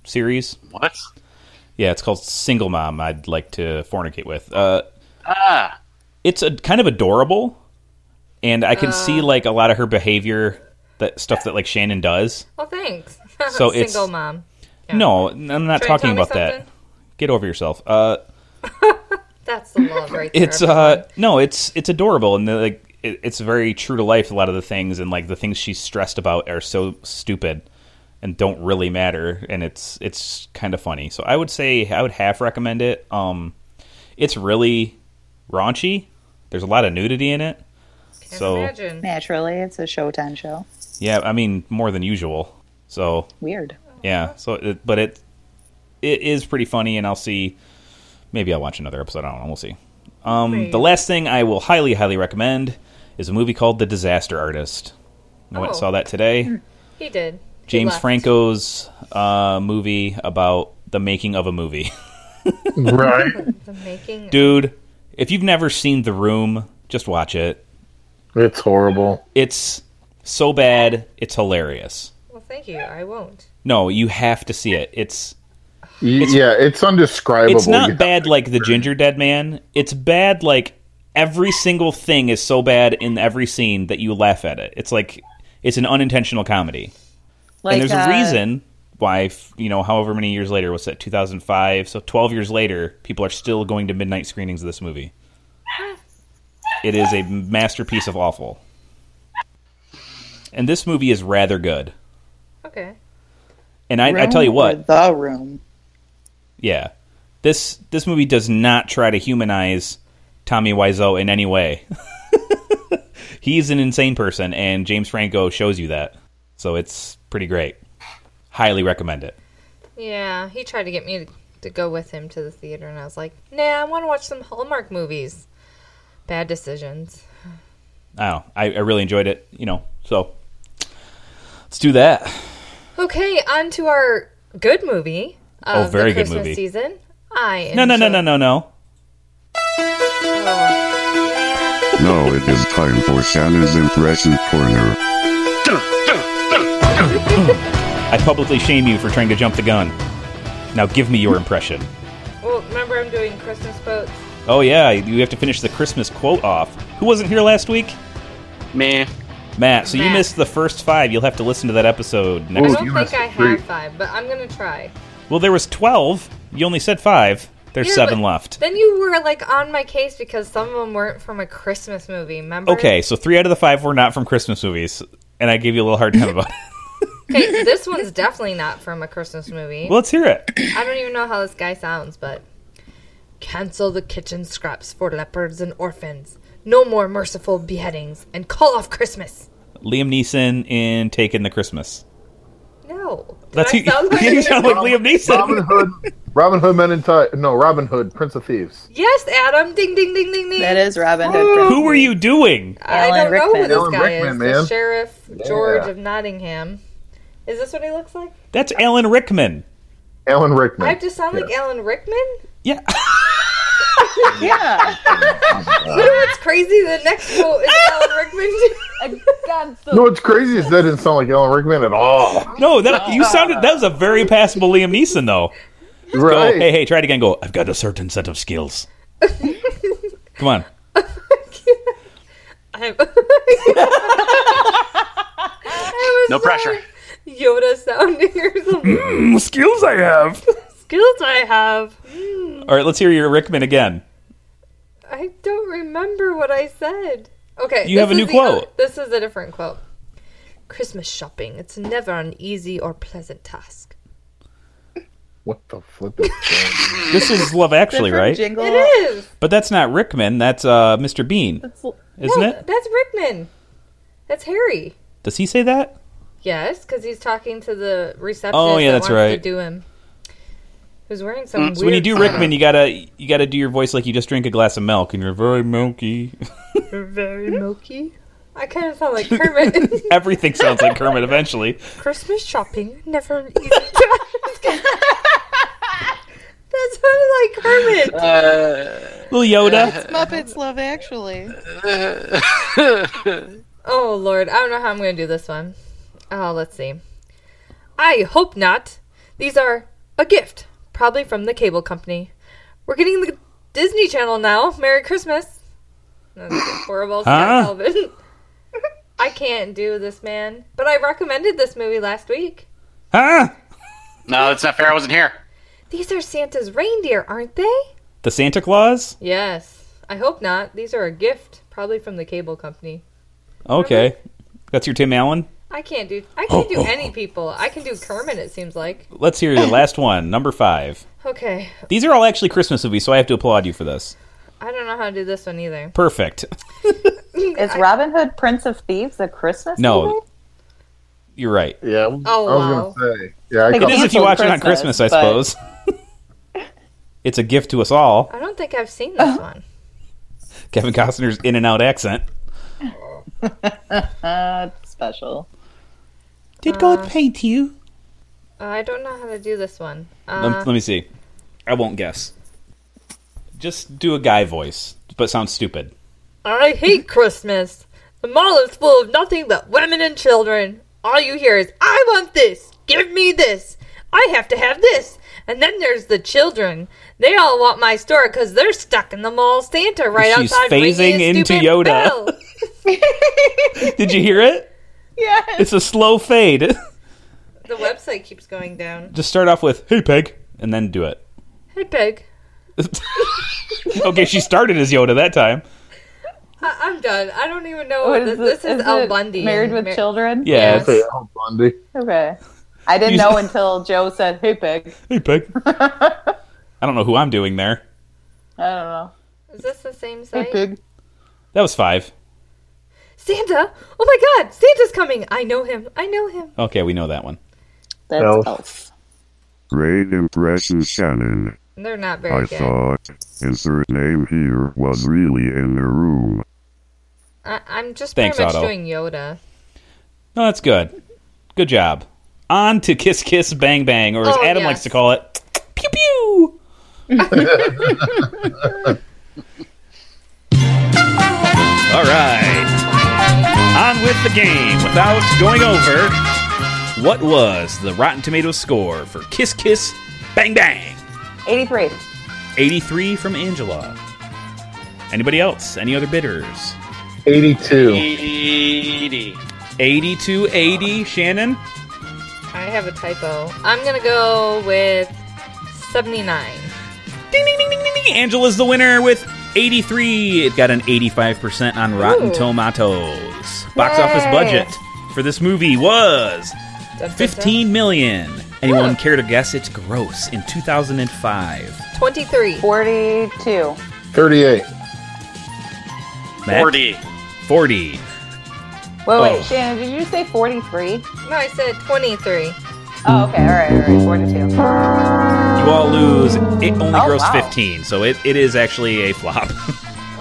D: series.
B: What?
D: Yeah, it's called Single Mom. I'd like to fornicate with. Uh,
B: Ah,
D: it's a kind of adorable and i can see like a lot of her behavior that stuff that like shannon does
E: Well, thanks.
D: So
E: single
D: it's-
E: mom.
D: no n- i'm not
E: Trying to
D: talking
E: tell me
D: about that
E: something?
D: get over yourself uh
E: That's the love right there.
D: it's uh no it's it's adorable and the, like it, it's very true to life a lot of the things and like the things she's stressed about are so stupid and don't really matter and it's it's kind of funny so i would say i would half recommend it um it's really raunchy there's a lot of nudity in it
E: Can't
D: so
E: imagine.
F: Naturally, it's a Showtime show.
D: yeah i mean more than usual so
F: Weird.
D: Yeah. So, it, but it it is pretty funny, and I'll see. Maybe I'll watch another episode. I don't know. We'll see. Um, the last thing I will highly, highly recommend is a movie called The Disaster Artist. I went and
E: Oh.
D: saw that today.
E: He did. He
D: James
E: left.
D: Franco's uh, movie about the making of a movie.
A: Right.
E: The making.
D: Dude, if you've never seen The Room, just watch it.
A: It's horrible.
D: It's so bad, it's hilarious.
E: Well, thank you. I won't.
D: No, you have to see it. It's
A: Y- yeah, it's undescribable.
D: It's not
A: You-
D: bad like the Ginger Dead Man. It's bad like every single thing is so bad in every scene that you laugh at it. It's like it's an unintentional comedy,
F: Like,
D: and there's
F: uh,
D: a reason why f- you know however many years later was that 2005, so 12 years later, people are still going to midnight screenings of this movie. It is a masterpiece of awful, and this movie is rather good.
E: Okay.
D: And I, I tell you
F: Room
D: what,
F: or The room.
D: yeah this this movie does not try to humanize tommy wiseau in any way he's an insane person and james franco shows you that so it's pretty great highly recommend it
E: Yeah, he tried to get me to, to go with him to the theater, and I was like, nah, I want to watch some Hallmark movies. Bad decisions.
D: i don't know. I, I really enjoyed it you know so let's do that
E: Okay, on to our good movie
D: Oh,
E: of
D: very good
E: the Christmas
D: movie.
E: season. I am
D: no no no no
E: Joe-
D: no no
C: Now it is time for Shannon's Impression Corner.
D: i publicly shame you for trying to jump the gun now give me your impression
E: Well, remember I'm doing Christmas quotes.
D: oh yeah you have to finish the christmas quote off who wasn't here last week
B: meh.
D: matt so you
E: Matt.
D: missed the first five you'll have to listen to that episode
E: I
D: next
E: don't
A: you
E: think
A: missed
E: I
A: three.
E: have five, but I'm gonna try.
D: Well, there was twelve. You only said five. There's
E: Yeah,
D: seven
E: but
D: left.
E: Then you were like on my case because some of them weren't from a Christmas movie. Remember?
D: Okay, so three out of the five were not from Christmas movies, and I gave you a little hard time about it.
E: Okay, this one's definitely not from a Christmas movie.
D: Well, let's hear it.
E: I don't even know how this guy sounds, but cancel the kitchen scraps for leopards and orphans. No more merciful beheadings, and call off Christmas.
D: Liam Neeson in Taken the Christmas.
E: No, Did
D: That's
E: I
D: you.
E: sound like-
D: you sound like Liam Neeson.
A: Robin Hood Robin Hood Men in Tights. No, Robin Hood, Prince of Thieves.
E: Yes, Adam. Ding, ding, ding, ding, ding.
F: That is Robin Hood.
D: Who were you doing?
E: I
F: Alan
E: don't know who
F: Rickman.
E: this
A: Alan
E: guy
A: Rickman,
E: is.
A: man.
E: The Sheriff George
A: Yeah.
E: of Nottingham. Is this what he looks like?
D: That's Alan Rickman.
A: Alan Rickman.
E: I have to sound like Alan Rickman?
D: Yeah.
F: Yeah.
E: you know what's crazy? The next quote is Alan Rickman.
F: God, so
A: No, what's crazy is that didn't sound like Alan Rickman at all.
D: No, that you sounded. That was a very passable Liam Neeson, though. Go,
A: Right?
D: hey, hey, try it again. Go. I've got a certain set of skills. Come on.
E: I'm- I was
B: No pressure.
E: Yoda sounding or something.
D: Hmm, skills I have.
E: Skills I have.
D: All right, let's hear your Rickman again.
E: I don't remember what I said. Okay.
D: You have a
E: this
D: new
E: is the oth-
D: quote.
E: this is a different quote. Christmas shopping. It's never an easy or pleasant task.
A: What the flip? Is that?
D: This is Love Actually,
F: different
D: right?
F: Jingle.
E: It is.
D: But that's not Rickman. That's uh, Mr. Bean, isn't
E: No,
D: it?
E: Oh, That's Rickman. That's Harry.
D: Does he say that?
E: Yes, because he's talking to the receptionist.
D: Oh, yeah,
E: that
D: that's
E: wants
D: right. Mm,
E: To do him. Who's wearing some weird?
D: So when you do Rickman, you gotta you gotta do your voice like you just drink a glass of milk, and you're very milky.
E: very milky. I kind of sound like Kermit.
D: Everything sounds like Kermit eventually.
E: Christmas shopping never an easy task. that sounded like Kermit.
D: Little Yoda.
F: Muppets Love Actually.
E: Oh Lord, I don't know how I'm going to do this one. Oh, let's see. I hope not. These are a gift, probably from the cable company. We're getting the Disney Channel now. Merry Christmas. That's horrible.
D: Huh?
E: Scott Calvin. I can't do this, man. But I recommended this movie last week.
D: Huh?
B: No, that's not fair. I wasn't here.
E: These are Santa's reindeer, aren't they?
D: The Santa Claus?
E: Yes. I hope not. These are a gift, probably from the cable company.
D: Okay. That's your Tim Allen?
E: I can't do I can't do any people. I can do Kermit it seems like.
D: Let's hear your last one, number five.
E: Okay.
D: These are all actually Christmas movies, so I have to applaud you for this.
E: I don't know how to do this one either.
D: Perfect.
F: Is Robin Hood Prince of Thieves a Christmas
D: No.
F: movie?
D: You're right.
A: Yeah. I was
E: Oh wow.
A: gonna say. Yeah. I
F: Like,
A: call-
D: It is if you watch it on Christmas, I
F: but-
D: suppose. it's a gift to us all.
E: I don't think I've seen this
D: Uh-huh.
E: one.
D: Kevin Costner's in and out accent.
F: Uh, special.
D: Did God paint you?
E: I don't know how to do this one.
D: Lem-
E: Uh,
D: Um, let me see. I won't guess. Just do a guy voice, but sounds stupid.
E: I hate Christmas. The mall is full of nothing but women and children. All you hear is I want this. Give me this. I have to have this. And then there's the children. They all want my store because they're stuck in the mall Santa right
D: She's
E: outside. ringing
D: phasing
E: his
D: into
E: stupid
D: Yoda.
E: bell.
D: Did you hear it?
F: Yes.
D: It's a slow fade.
E: The website keeps going down.
D: Just start off with "Hey Peg," and then do it.
E: Hey, Peg.
D: okay, she started as Yoda that time.
E: I- I'm done. I don't even know.
F: What
E: What this,
F: it-
E: this is,
F: it
E: Al Bundy.
F: Married with
E: Mar-
F: Children?
D: Yeah.
E: Yes.
A: Say Al Bundy.
F: Okay. I didn't
D: You-
F: know until Joe said, hey, Pig.
D: Hey Peg. I don't know who I'm doing there.
F: I don't know.
E: Is this the same site?
D: That was five.
E: Santa! Oh my god! Santa's coming! I know him. I know him.
D: Okay, we know that one.
F: That's
A: Elf.
F: Elf.
C: Great impression, Shannon.
E: They're not very
C: I
E: good.
C: thought insert name here was really in the room.
E: I- I'm just
D: Thanks,
E: pretty much
D: Otto.
E: doing Yoda.
D: No, that's good. Good job. On to Kiss Kiss Bang Bang, or as
E: Oh,
D: Adam
E: yes.
D: likes to call it, Pew Pew. All right. On with the game without going over. What was the Rotten Tomatoes score for Kiss Kiss Bang Bang?
F: 83.
D: 83 from Angela. Anybody else? Any other bidders?
A: 82.
B: 80.
D: 82 80, Shannon?
E: I have a typo. I'm gonna go with 79.
D: Ding, ding, ding, ding, ding, ding. Angela's the winner with 83. It got an 85% on Rotten
E: Ooh.
D: Tomatoes. Box
E: Yay.
D: office budget for this movie was 15 million. Anyone care to guess its gross in 2005?
E: 23.
F: 42.
A: 38.
D: Matt?
B: 40.
D: 40.
F: Wait, wait,
D: Oh.
F: Shannon, did you say 43?
E: No, I said 23.
F: Oh, okay. All right, all right. 42.
D: You Walloos, it only
F: Oh,
D: grossed
F: wow.
D: 15, so it, it is actually a flop.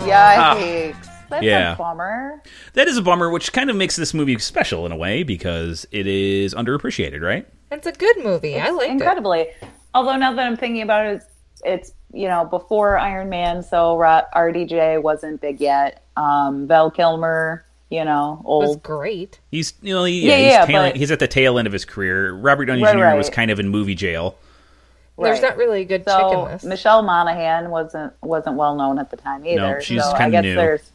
F: Yikes. That's
D: Ah. Yeah.
F: a bummer.
D: that is a bummer, which kind of makes this movie special in a way because it is underappreciated, right?
E: It's a good movie. I liked
F: Incredibly. Although now that I'm thinking about it, it's, it's you know before Iron Man, so Ro- RDJ wasn't big yet. Um, Val Kilmer, you know,
E: it. It was
F: old.
E: great.
D: He's you know, he- yeah,
F: Yeah,
D: he's,
F: yeah,
D: tailing,
F: but-
D: he's at the tail end of his career. Robert Downey
F: Right,
D: Jr. was
F: right.
D: kind of in movie jail.
E: There's
F: Right.
E: not really a good chick in
F: So
E: this.
F: Michelle Monaghan wasn't wasn't well known at the time either.
D: she's
F: so I
D: kinda
F: guess
D: new.
F: there's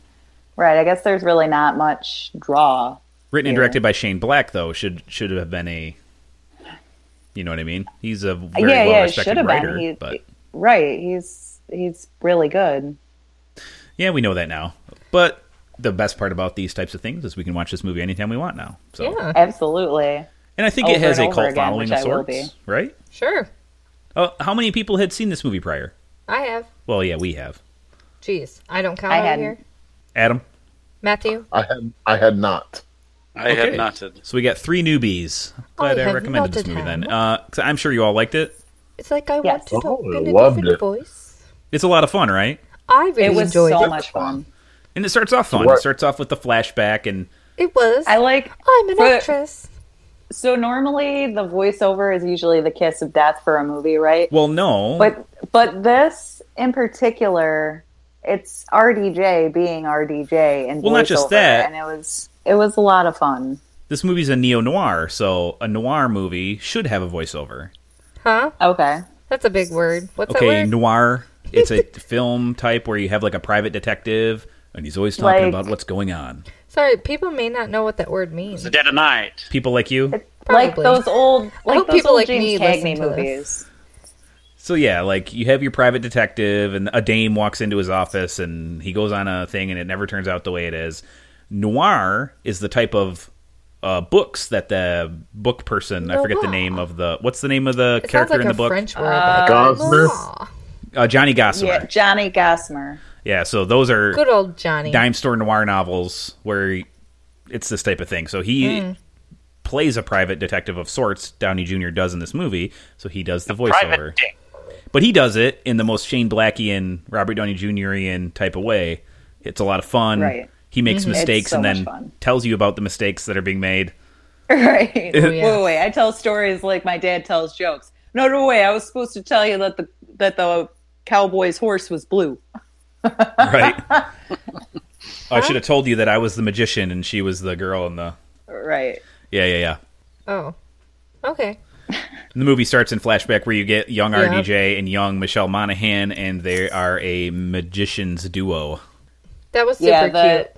F: right. I guess there's really not much draw.
D: Written and
F: Yeah.
D: directed by Shane Black, though, should should have been a. You know what I mean? He's a very
F: yeah,
D: well
F: yeah, it should
D: respected
F: have
D: writer,
F: been. He,
D: but
F: Right, he's he's really good.
D: yeah, we know that now. But the best part about these types of things is we can watch this movie anytime we want now. So,
E: yeah,
F: Absolutely.
D: and I think
F: Over
D: it has a
F: and over
D: cult
F: again,
D: following
F: which
D: of
F: I will
D: sorts, right?
E: sure.
D: Oh, how many people had seen this movie prior?
E: I have.
D: Well, yeah, we have.
E: Jeez, I don't count
F: I
E: over
F: hadn't.
E: here.
D: Adam.
E: Matthew,
A: I had I had not.
B: I
D: Okay.
B: have not said.
D: So we got three noobies. Glad
E: I
D: I,
E: have
D: recommended this
E: noted
D: movie
E: him.
D: then. Uh, 'cause I'm sure you all liked it.
E: it's like I
F: Yes.
E: want to talk
A: Oh,
E: in a
A: loved
E: different
A: it.
E: voice.
D: It's a lot of fun, right?
E: I really
F: It was so
E: enjoyed it.
F: much fun.
D: And it starts off fun.
A: Right.
D: It starts off with the flashback, and
E: It was.
F: I like
E: I'm an
F: for-
E: actress.
F: so normally the voiceover is usually the kiss of death for a movie, right?
D: well, no,
F: But but this in particular, it's RDJ being RDJ and
D: Well, not just
F: voiceover,
D: that.
F: and it was it was a lot of fun.
D: this movie's a neo noir, so a noir movie should have a voiceover.
E: Huh?
F: Okay,
E: That's a big word. What's
D: Okay,
E: that word?
D: noir. It's a film type where you have like a private detective, and he's always talking
F: Like-
D: about what's going on.
E: Sorry, people may not know what that word means.
B: The dead of night.
D: People like you.
F: like
E: Probably.
F: those old like
E: hope
F: those
E: people
F: old
E: like me
F: James
E: listen
F: Cagney
E: to this.
F: movies.
D: So yeah, like you have your private detective, and a dame walks into his office, and he goes on a thing, and it never turns out the way it is. Noir is the type of uh, books that the book person—I forget the
E: Noir.
D: name of the. What's the name of the
E: It sounds
D: character
E: like
D: in the
E: a
D: book?
E: French word.
F: Uh,
A: Gosner.
E: Aw,
D: uh, Johnny Gossamer.
F: Yeah,
D: Yeah.
F: Johnny Gosmer.
D: so those are
E: good old Johnny.
D: dime store noir novels where it's this type of thing. So he
F: Hmm.
D: plays a private detective of sorts. Downey Jr. does in this movie, so he does the voiceover.
B: Private dick.
D: But he does it in the most Shane Blackian, Robert Downey Jr.ian type of way. It's a lot of fun.
F: Right. Mhm.
D: He makes mistakes
F: so
D: and
F: much
D: then
F: fun.
D: tells you about the mistakes that are being made.
F: Right.
E: yeah.
F: Wait, wait. I tell stories like my dad tells jokes. No, no way. I was supposed to tell you that the that the cowboy's horse was blue.
D: Right. I should have told you that I was the magician and she was the girl in the
F: Right.
D: Yeah, yeah, yeah.
E: Oh, okay.
D: The movie starts in flashback where you get young
E: Yeah.
D: RDJ and young Michelle Monaghan, and they are a magician's duo.
E: That was super
F: Yeah, the-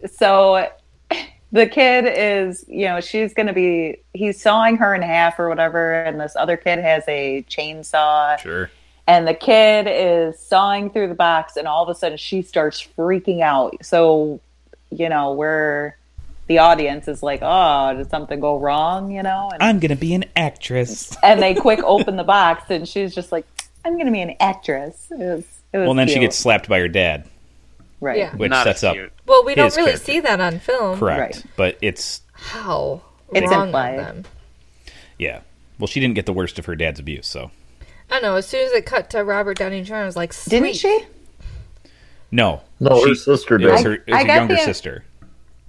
E: cute.
F: So the kid is, you know, she's going to be. He's sawing her in half or whatever, and this other kid has a chainsaw,
D: Sure.
F: and the kid is sawing through the box, and all of a sudden she starts freaking out. So, you know, we're the audience is like, oh, did something go wrong? You know, and
D: I'm gonna be an actress.
F: and they quick open the box, and she's just like, "I'm going to be an actress." It was, it was
D: Well, then she
F: cute.
D: gets slapped by her dad,
F: right.
E: Yeah.
D: which
B: Not
D: sets
B: as
D: up
B: cute.
E: Well, we don't
D: his
E: really
D: character.
E: see that on film.
D: correct.
F: Right.
D: But it's
E: How
F: It's
E: wrong
F: implied.
E: of them.
D: yeah. Well, she didn't get the worst of her dad's abuse, so
E: I know. As soon as it cut to Robert Downey Jr., I was like, Sweet.
F: Didn't she?
D: no,
A: No,
D: She-
A: her sister
D: it was
A: did.
D: her, it was
F: I
D: her
F: got
D: younger
F: the- uh,
D: sister.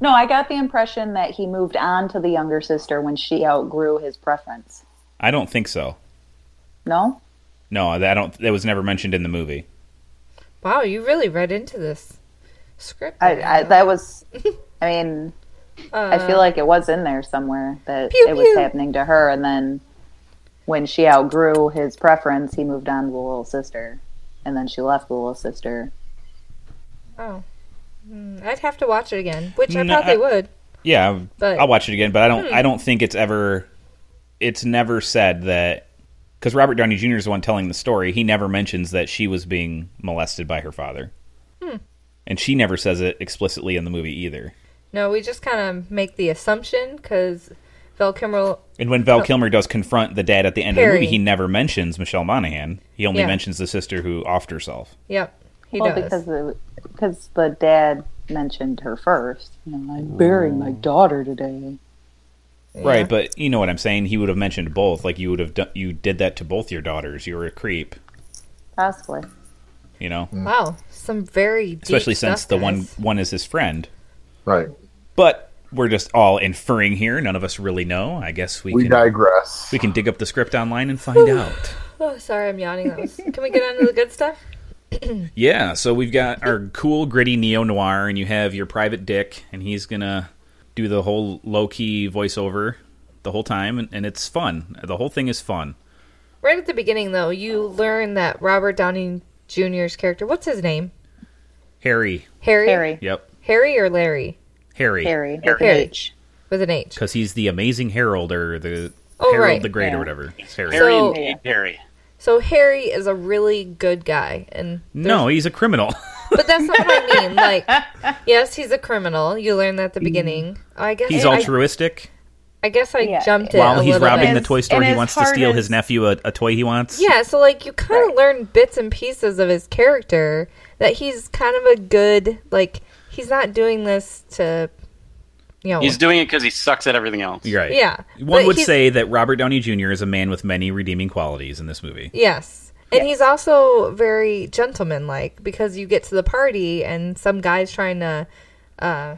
F: No, I got the impression that he moved on to the younger sister when she outgrew his preference.
D: I don't think so.
F: No?
D: No, I don't. That was never mentioned in the movie.
E: Wow, you really read into this script.
F: I, I that was I mean I feel like it was in there somewhere that
E: Uh, Pew,
F: it was
E: pew.
F: happening to her and then when she outgrew his preference he moved on to the little sister and then she left the little sister.
E: oh, Hmm, I'd have to watch it again, which I
D: No,
E: probably
D: I-
E: would.
D: Yeah,
E: But- Hmm.
D: I'll watch it again, but I don't. I don't think it's ever. It's never said that because Robert Downey Jr. is the one telling the story. He never mentions that she was being molested by her father,
E: Hmm.
D: and she never says it explicitly in the movie either.
E: No, we just kind of make the assumption because Val Kilmer.
D: And when
E: Oh.
D: Val Kilmer does confront the dad at the end of the
E: Harry.
D: movie, he never mentions Michelle Monaghan. He only
E: Yeah.
D: mentions the sister who offed herself.
E: Yep, he
F: well
E: does.
F: because the because the dad mentioned her first. You know, I'm burying my daughter today.
D: Right, but you know what I'm saying. He would have mentioned both. Like you would have done. You did that to both your daughters. You were a creep.
F: Possibly.
D: You know,
E: Wow, some very deep
D: especially
E: stuff,
D: since the one
E: guys.
D: one is his friend.
A: Right.
D: But we're just all inferring here. None of us really know. I guess we,
A: We
D: can
A: digress.
D: we can dig up the script online and find out.
E: Oh, sorry, I'm yawning. That was... Can we get on to the good stuff?
D: Yeah, so we've got our cool gritty neo noir, and you have your private Dick, and he's gonna do the whole low key voiceover the whole time, and, and it's fun. The whole thing is fun.
E: Right at the beginning, though, you learn that Robert Downey Jr.'s character. What's his name?
D: Harry,
E: Harry.
F: Harry.
D: yep,
E: Harry or Larry
D: Harry,
F: Harry. with an
E: Harry.
F: H.
E: with an H.
D: because he's the amazing Herald or the
E: Oh,
D: Herald
E: right.
D: the Great
F: Yeah.
D: or whatever. It's Harry.
B: Harry
E: So-
B: indeed, Harry.
E: So Harry is a really good guy, and
D: no, he's a criminal.
E: but that's not what I mean. Like, yes, he's a criminal. You learn that at the beginning. I guess
D: he's
E: I,
D: altruistic.
E: I guess I
F: Yeah.
E: jumped it
D: While
E: a
D: he's
E: little
D: robbing
E: bit.
D: the
F: As-
D: toy store,
F: and
D: he
F: as
D: wants to
F: hard
D: steal
F: as-
D: his nephew a, a toy he wants.
E: Yeah, so like you kind of
F: Right.
E: learn bits and pieces of his character that he's kind of a good like he's not doing this to you know
B: He's doing it because he sucks at everything else.
D: You're right.
E: yeah.
D: One
E: but
D: would
E: he's-
D: say that Robert Downey Jr. is a man with many redeeming qualities in this movie.
E: yes. And he's also very gentlemanlike because you get to the party and some guy's trying to uh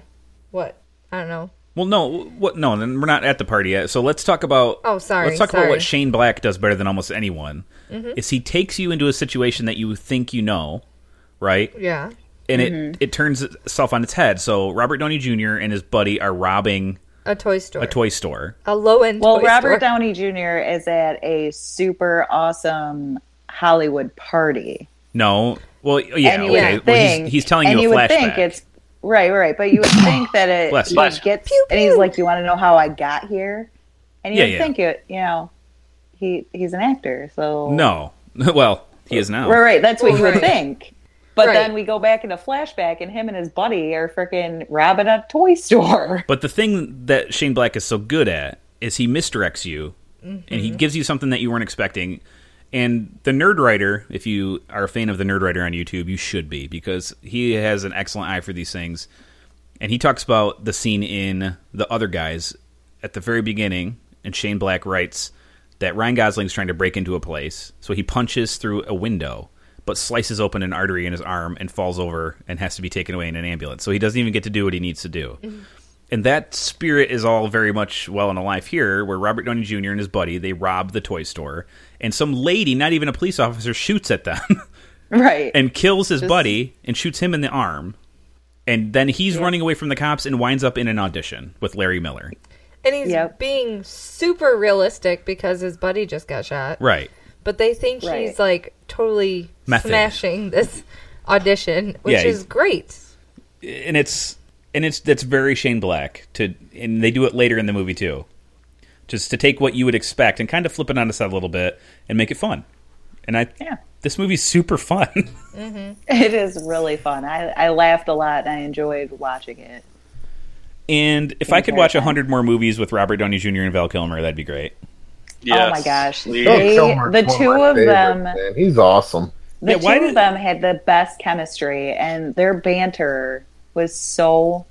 E: what? I don't know.
D: Well, no, what? No, then we're not at the party yet. So let's talk about.
E: Oh, sorry,
D: Let's talk about
E: sorry.
D: what Shane Black does better than almost anyone.
F: Mm-hmm.
D: Is he takes you into a situation that you think you know, right?
E: Yeah.
D: And
F: Mm-hmm.
D: it it turns itself on its head. So Robert Downey Jr. and his buddy are robbing
E: A toy store.
D: a toy store.
E: A low-end
F: Well,
E: toy
F: Robert
E: store.
F: Downey Jr. is at a super awesome Hollywood party.
D: No, well, yeah,
F: and you
D: okay.
F: would
D: Well,
F: think,
D: he's, he's telling
F: and
D: you a flashback.
F: would think it's right, right. But you would think that it
D: Bless
F: he
D: you.
F: gets, and he's like, "You want to know how I got here?" And you
D: Yeah,
F: would
D: yeah.
F: think it, you know, he he's an actor, so
D: no, well, he is now.
F: right, right. That's what you would
E: Right.
F: think. But
E: Right.
F: then we go back into flashback, and him and his buddy are freaking robbing a toy store.
D: But the thing that Shane Black is so good at is he misdirects you and he gives you something that you weren't expecting. And the Nerd Writer, if you are a fan of the Nerd Writer on YouTube, you should be because he has an excellent eye for these things. And he talks about the scene in The Other Guys at the very beginning. And Shane Black writes that Ryan Gosling's trying to break into a place. So he punches through a window, but slices open an artery in his arm and falls over and has to be taken away in an ambulance. So he doesn't even get to do what he needs to do and that spirit is all very much well and alive here, where Robert Downey Jr. and his buddy they rob the toy store, and some lady, not even a police officer, shoots at them
F: Right.
D: and kills his buddy and shoots him in the arm, and then he's running away from the cops and winds up in an audition with Larry Miller.
E: and he's
F: Yep.
E: being super realistic because his buddy just got shot.
D: Right.
E: but they think
F: Right.
E: he's like totally
D: Method.
E: smashing this audition, which
D: Yeah,
E: is
D: he's-
E: great.
D: and it's and it's that's very Shane Black to and they do it later in the movie too. Just to take what you would expect and kind of flip it on its head a little bit and make it fun. And I
F: Yeah.
D: this movie's super fun.
F: it is really fun. I, I laughed a lot, and I enjoyed watching it.
D: And if I could watch a hundred more movies with Robert Downey Jr. and Val Kilmer, that'd be great.
B: Yes,
F: oh my gosh!
B: please.
A: Bill
F: They-
A: Kilmer's
F: the
A: one
F: two
A: my
F: of them.
A: favorites, man. He's awesome.
F: The
D: Yeah, why
F: two
D: did-
F: of them had the best chemistry, and their banter was so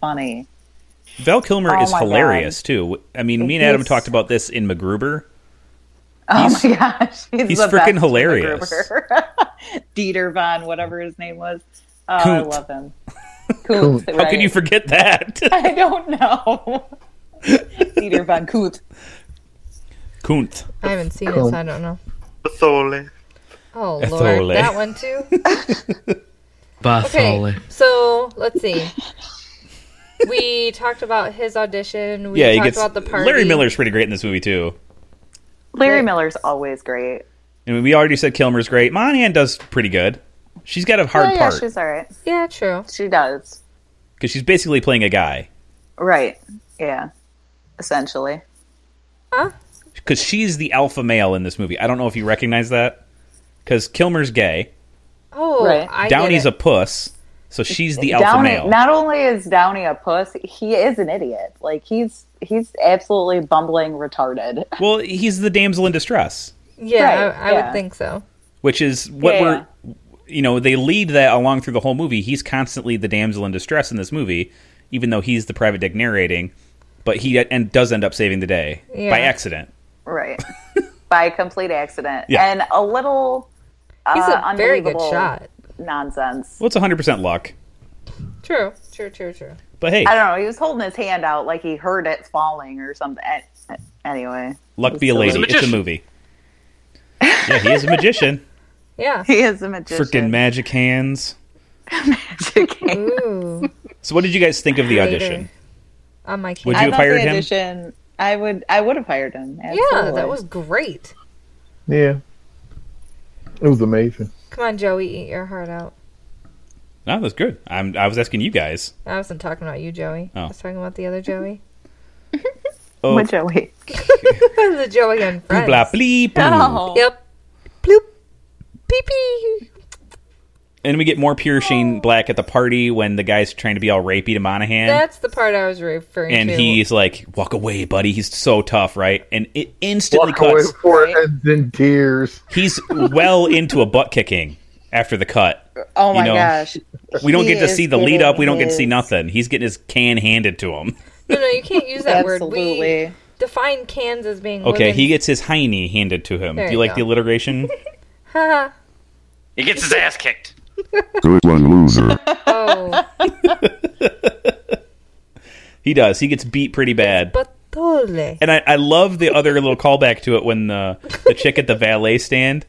F: funny.
D: Val Kilmer
F: Oh
D: is
F: my
D: hilarious too. I mean, me and
F: He's-
D: Adam talked about this in MacGruber.
F: Oh my gosh, he's,
D: he's
F: the
D: frickin'
F: best
D: hilarious.
F: Gruber. Dieter von whatever his name was. Oh, I
D: Coont.
F: love him. Coont,
D: How could you forget that?
F: I don't know. Dieter von Koot.
D: Kunt.
E: I haven't seen it, so I don't know. Oh lord,
D: Ethole.
E: that one too. Okay, so let's see. We talked about his audition. We
D: yeah, he
E: talked
D: gets
E: about the party.
D: Larry Miller's pretty great in this movie too.
F: Larry Miller's always great.
D: I mean, we already said Kilmer's great. Monahan does pretty good. She's got a hard
F: Oh, yeah,
D: part
F: she's all right.
E: Yeah, true.
F: She does.
D: because she's basically playing a guy
F: Right. Yeah. Essentially.
D: because she's the alpha male in this movie. I don't know if you recognize that because Kilmer's gay,
E: Oh,
F: Right.
E: I
D: Downey's a
E: get it.
D: puss, so she's the alpha
F: Downey,
D: male.
F: Not only is Downey a puss, he is an idiot. Like he's he's absolutely bumbling retarded.
D: well, he's the damsel in distress.
E: yeah.
F: Right,
E: I, I
F: yeah.
E: would think so.
D: which is what
F: Yeah.
D: we're you know they lead that along through the whole movie he's constantly the damsel in distress in this movie even though he's the private dick narrating but he and does end up saving the day
E: Yeah.
D: by accident.
F: Right. By complete accident.
D: Yeah.
F: And a little uh,
E: He's a very good
F: unbelievable
E: shot.
F: nonsense.
D: Well, it's 100% luck.
E: True, true, true, true.
D: But hey,
F: I don't know. He was holding his hand out like he heard it falling or something. Eh, Anyway,
D: luck be a
B: He's
D: lady.
B: a
D: it's a
B: magician.
D: movie. Yeah, he is a magician.
E: Yeah.
F: he is a magician.
D: Freaking magic hands.
F: magic.
E: Ooh,
D: So, what did you guys think of the
E: Later.
D: audition?
E: on my
D: Would
E: camera.
D: you have hired him?
F: him? I would. I would have hired him.
E: Yeah,
F: absolutely.
E: that was great.
A: Yeah. It was amazing.
E: Come on, Joey, eat your heart out.
D: No, that's good. I'm, I was asking you guys.
E: I wasn't talking about you, Joey.
D: Oh.
E: I was talking about the other Joey.
D: Oh,
F: Which are we?
E: the Joey on Friends.
D: blah, bleep.
F: Oh.
E: Yep. Bloop. Pee pee.
D: And we get more pure Shane Black at the party when the guy's trying to be all rapey to Monahan.
E: That's the part I was referring
D: and
E: to.
D: he's like, "Walk away, buddy. He's so tough, right?" And it instantly
A: Walk away
D: cuts.
A: before it ends in tears.
D: He's well into a butt kicking after the cut.
F: Oh my
D: You know,
F: gosh!
D: We don't
F: He
D: get to
F: is
D: see the lead up. We don't get to see
F: getting his-
D: nothing. He's getting his can handed to him.
E: no, no, you can't use that word. We
F: Absolutely.
E: define cans as being
D: Okay,
E: women.
D: he gets his hiney handed to him.
E: There
D: Do you
E: you
D: like
E: go.
D: the alliteration?
E: Ha.
B: He gets his ass kicked.
C: Good one, loser.
E: oh,
D: he does. He gets beat pretty bad.
E: but totally.
D: And I, I love the other little callback to it when the the chick at the valet stand,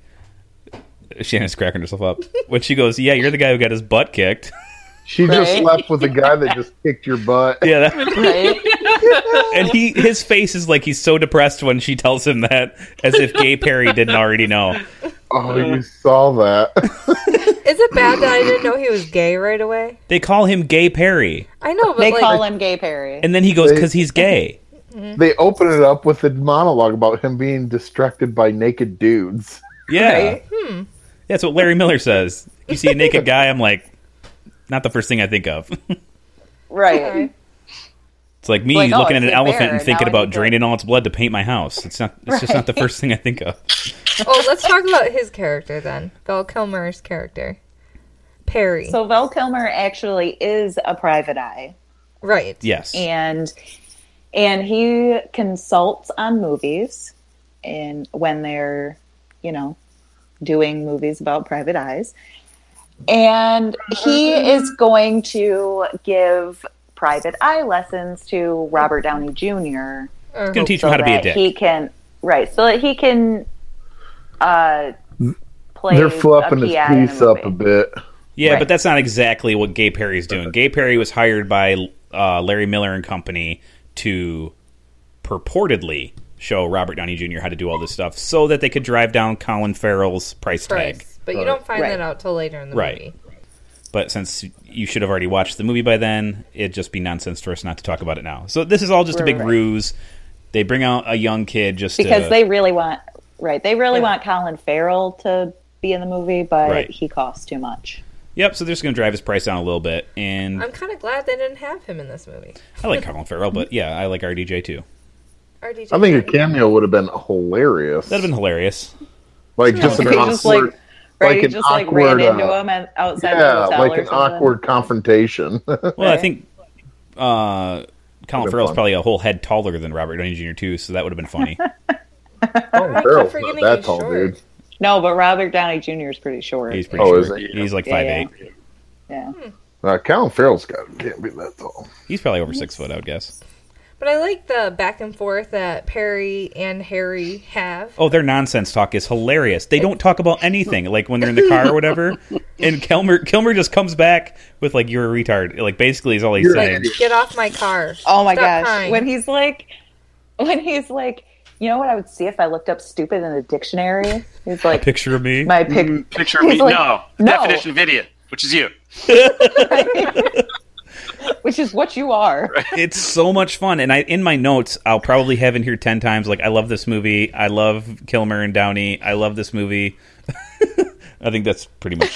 D: Shannon's cracking herself up when she goes, "Yeah, you're the guy who got his butt kicked."
A: She just
F: Right.
A: slept with a guy that just kicked your butt.
D: yeah, that,
F: Right?
D: and he his face is like he's so depressed when she tells him that, as if Gay Perry didn't already know.
A: Oh, you saw that.
E: Is it bad that I didn't know he was gay right away?
D: They call him Gay Perry,
E: I know, but
F: they
E: like,
F: call him Gay Perry.
D: and then he goes because he's gay.
A: they open it up with a monologue about him being distracted by naked dudes.
D: Yeah, Hmm. that's what Larry Miller says. You see a naked guy, I'm like, not the first thing I think of.
F: Right?
D: It's like me
F: Like, oh,
D: looking at
F: it's
D: an
F: a
D: elephant
F: bear,
D: and thinking
F: now I
D: about
F: need to-
D: draining all its blood to paint my house. It's not. It's just not the first thing I think of.
E: oh, let's talk about his character then. Val Kilmer's character, Perry.
F: So Val Kilmer actually is a private eye,
E: right.
D: Yes.
F: and and he consults on movies, and when they're you know doing movies about private eyes, and he is going to give private eye lessons to Robert Downey Jr.
E: Or-
D: gonna teach
F: so
D: him how to be a
F: that
D: dick.
F: He can right, so that he can uh, play.
A: They're fluffing
F: a
A: his
F: PI in a
A: piece up a
F: movie.
A: bit.
D: yeah,
F: Right.
D: but that's not exactly what Gay Perry's doing. Gay Perry was hired by uh, Larry Miller and Company to purportedly show Robert Downey Jr. how to do all this stuff, so that they could drive down Colin Farrell's price tag.
E: price, but you don't find
F: Right.
E: that out till later in the
D: Right.
E: movie.
D: But since you should have already watched the movie by then, it'd just be nonsense for us not to talk about it now. So this is all just a big
F: Right.
D: ruse. They bring out a young kid just
F: because
D: to,
F: they really want right they really want colin farrell to be in the movie but
D: Right.
F: he costs too much
D: Yep, so they're just going to drive his price down a little bit, and
E: I'm kind of glad they didn't have him in this movie.
D: I like Colin Farrell, but yeah, I like RDJ too.
E: RDJ.
A: I think a cameo would have been hilarious.
D: That'd have been hilarious.
A: like just
F: He
A: an awkward,
F: just, like,
A: like,
F: right he
A: an
F: just like
A: awkward,
F: ran into
A: uh,
F: him at, outside
A: yeah,
F: the hotel
A: like
F: or
A: an
F: something
A: awkward confrontation.
D: Well, I
F: Right.
D: think uh, Colin
A: been
D: Farrell's
A: fun.
D: probably a whole head taller than Robert Downey Jr. too, so that would have been funny.
E: I keep
A: Farrell's
E: forgetting
A: not that
E: he's
A: tall,
E: short.
A: dude.
F: no but robert downey jr is pretty short
D: He's pretty
A: Oh,
D: short.
A: is he?
D: He's like
F: Yeah,
D: five
F: yeah.
D: eight.
F: yeah
A: Uh, Colin Farrell's got can't be that tall.
D: He's probably over six foot, I would guess.
E: But I like the back and forth that Perry and Harry have.
D: Oh, their nonsense talk is hilarious. They don't talk about anything, like when they're in the car or whatever. And Kilmer, Kilmer just comes back with like, "You're a retard." Like basically, is all he's
A: You're an
D: saying.
A: idiot.
E: Get off my car.
F: oh my
E: Stop
F: gosh
E: crying.
F: when he's like when he's like you know what i would see if i looked up stupid in the dictionary he's like
D: Picture of me.
F: my pic
A: Mm.
B: Picture of me.
F: He's like,
B: no.
F: "No."
B: Definition of idiot, which is you.
F: which is what you are
D: it's so much fun and i in my notes i'll probably have in here 10 times like i love this movie i love kilmer and downey i love this movie i think that's pretty much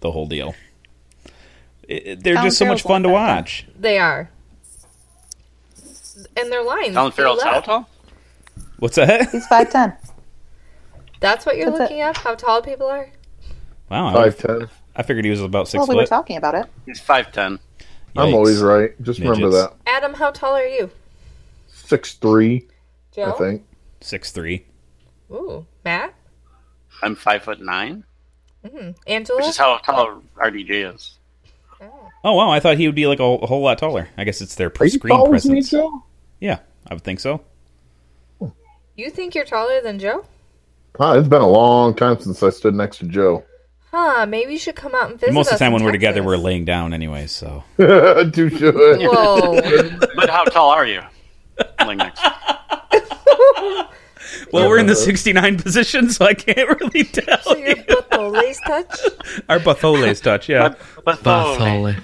D: the whole deal It- it- they're
F: Colin
D: just so much fun
F: Farrell's
D: to
F: like that,
D: watch
E: They are. And their lines.
B: Colin
E: they
B: Farrell's
E: laugh.
B: how tall?
D: what's that
F: he's 5'10
E: That's what you're
F: That's it.
E: looking up? How tall people are?
D: wow I,
A: Five ten.
D: I figured he was about six
F: well we were
D: foot
F: talking about it
B: He's 5'10.
A: I'm
D: Yikes.
A: always right. Just remember
D: Midgets.
A: that.
E: Adam, how tall are you?
A: six three, I
F: Oh.
E: Joe?
A: think.
D: Six three.
E: Ooh. Matt?
B: I'm five foot nine, which
E: Angela?
B: is how tall RDJ is.
D: Oh wow, I thought he would be like a, a whole lot taller. I guess it's their
A: Are
D: pre-
A: you
D: screen
A: taller than me,
D: presence.
A: Joe?
D: Yeah, I would think so.
E: You think you're taller than Joe?
A: Wow, it's been a long time since I stood next to Joe.
E: Huh, maybe you should come out and visit
D: Most of the
E: us
D: time
E: in
D: when we're together,
E: Texas.
D: we're laying down anyway. So
A: Too sure.
E: Whoa.
B: But how tall are you? Like next.
D: well, we're in the sixty nine position, so I can't really tell.
E: so your buttholes touch?
D: Our bathole's touch, yeah.
B: But
I: Bathole.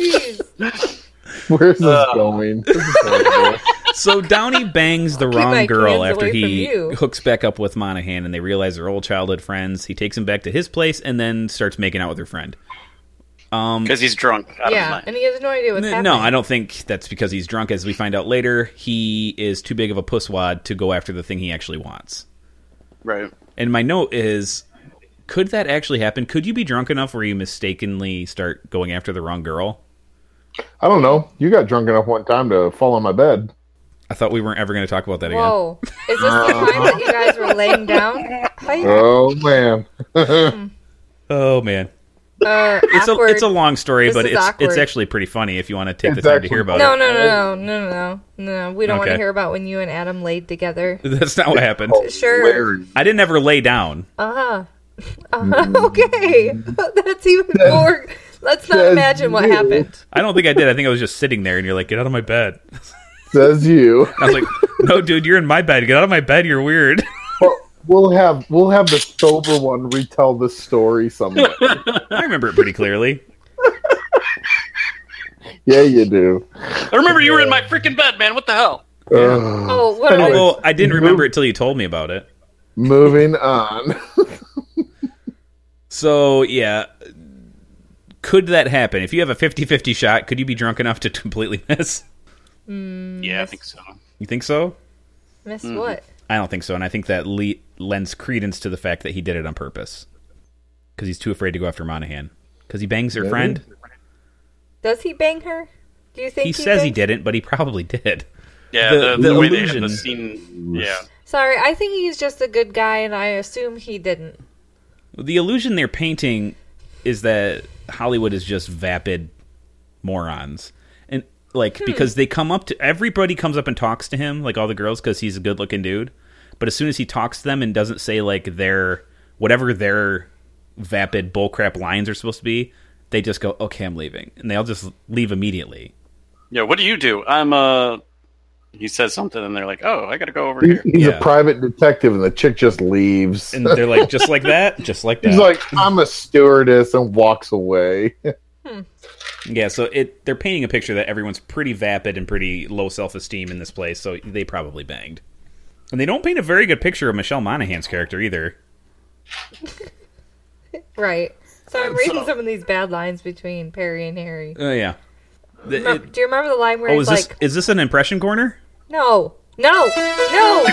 E: Jeez.
A: Where's this going? This is horrible.
D: So Downey bangs the
E: my
D: wrong girl
E: kids
D: after
E: away from
D: he
E: you.
D: hooks back up with Monahan, and they realize they're old childhood friends. He takes him back to his place, and then starts making out with her friend.
B: because he's drunk. Out of his
E: Yeah,
B: mind.
E: and he has no idea what's
D: N-
E: happening.
D: No, I don't think that's because he's drunk. As we find out later, he is too big of a pusswad to go after the thing he actually wants.
B: Right.
D: And my note is, could that actually happen? Could you be drunk enough where you mistakenly start going after the wrong girl?
A: I don't know. You got drunk enough one time to fall on my bed.
D: I thought we weren't ever going to talk about that again. Uh,
E: Whoa. Is this the time that you guys were laying down? How you,
A: Oh man.
D: Oh man,
E: uh,
D: it's a,
E: awkward.
D: it's a long story,
E: This
D: but
E: is
D: it's it's
E: awkward.
D: actually pretty funny if you want to take
A: It's
D: the time
A: actually
D: to hear about
E: No,
D: it.
E: no, no, no, no, no, no. We don't want
D: Okay. Oh,
E: to hear about when you and Adam laid together.
D: That's not what happened.
E: Sure.
D: I didn't ever lay down.
E: Uh-huh.
D: Mm-hmm.
E: Uh-huh. Okay. That's even more. Let's not
A: Says
E: imagine what
A: you.
E: happened.
D: I don't think I did. I think I was just sitting there, and you're like, "Get out of my bed."
A: Says you.
D: I was like, "No, dude, you're in my bed. Get out of my bed. You're weird."
A: Well, we'll have we'll have the sober one retell the story somewhere.
D: I remember it pretty clearly.
A: yeah, you do.
B: I remember you were in my freaking bed, man. What the hell?
A: Ugh.
E: Oh, what a
D: Although I didn't remember it till you told me about it.
A: Moving on.
D: So, yeah. Could that happen? If you have a 50 50 shot, could you be drunk enough to completely miss?
B: Yeah, I think so.
D: You think so?
E: miss
D: Mm.
E: what?
D: I don't think so. And I think that le- lends credence to the fact that he did it on purpose. Because he's too afraid to go after Monahan. Because he bangs her friend.
E: Does he bang her? Do you think
D: He says he
E: banged-
D: didn't, but he probably did.
B: Yeah,
D: The-
B: the,
D: the
B: the way they had
D: illusion.
B: the scene. Yeah.
E: Sorry, I think he's just a good guy, and I assume he didn't.
D: The illusion they're painting is that Hollywood is just vapid morons. And like because they come up to everybody comes up and talks to him, like all the girls cuz he's a good-looking dude. But as soon as he talks to them and doesn't say like their whatever their vapid bullcrap lines are supposed to be, they just go, "Okay, I'm leaving." And they all just leave immediately.
B: Yeah, what do you do? I'm Uh, he says something, and they're like, "Oh, I gotta go over
A: He-
B: here."
A: He's
D: Yeah.
A: a private detective, and the chick just leaves.
D: And they're like just like that, just like that.
A: He's like, "I'm a stewardess," and walks away.
D: yeah, so it they're painting a picture that everyone's pretty vapid and pretty low self-esteem in this place, so they probably banged. And they don't paint a very good picture of Michelle Monaghan's character either.
E: Right. So I'm reading some of these bad lines between Perry and Harry.
D: Oh yeah. The- it-
E: Do you remember the line where
D: oh,
E: he's
D: is this
E: like,
D: is this an impression corner?
E: "No, no, no"?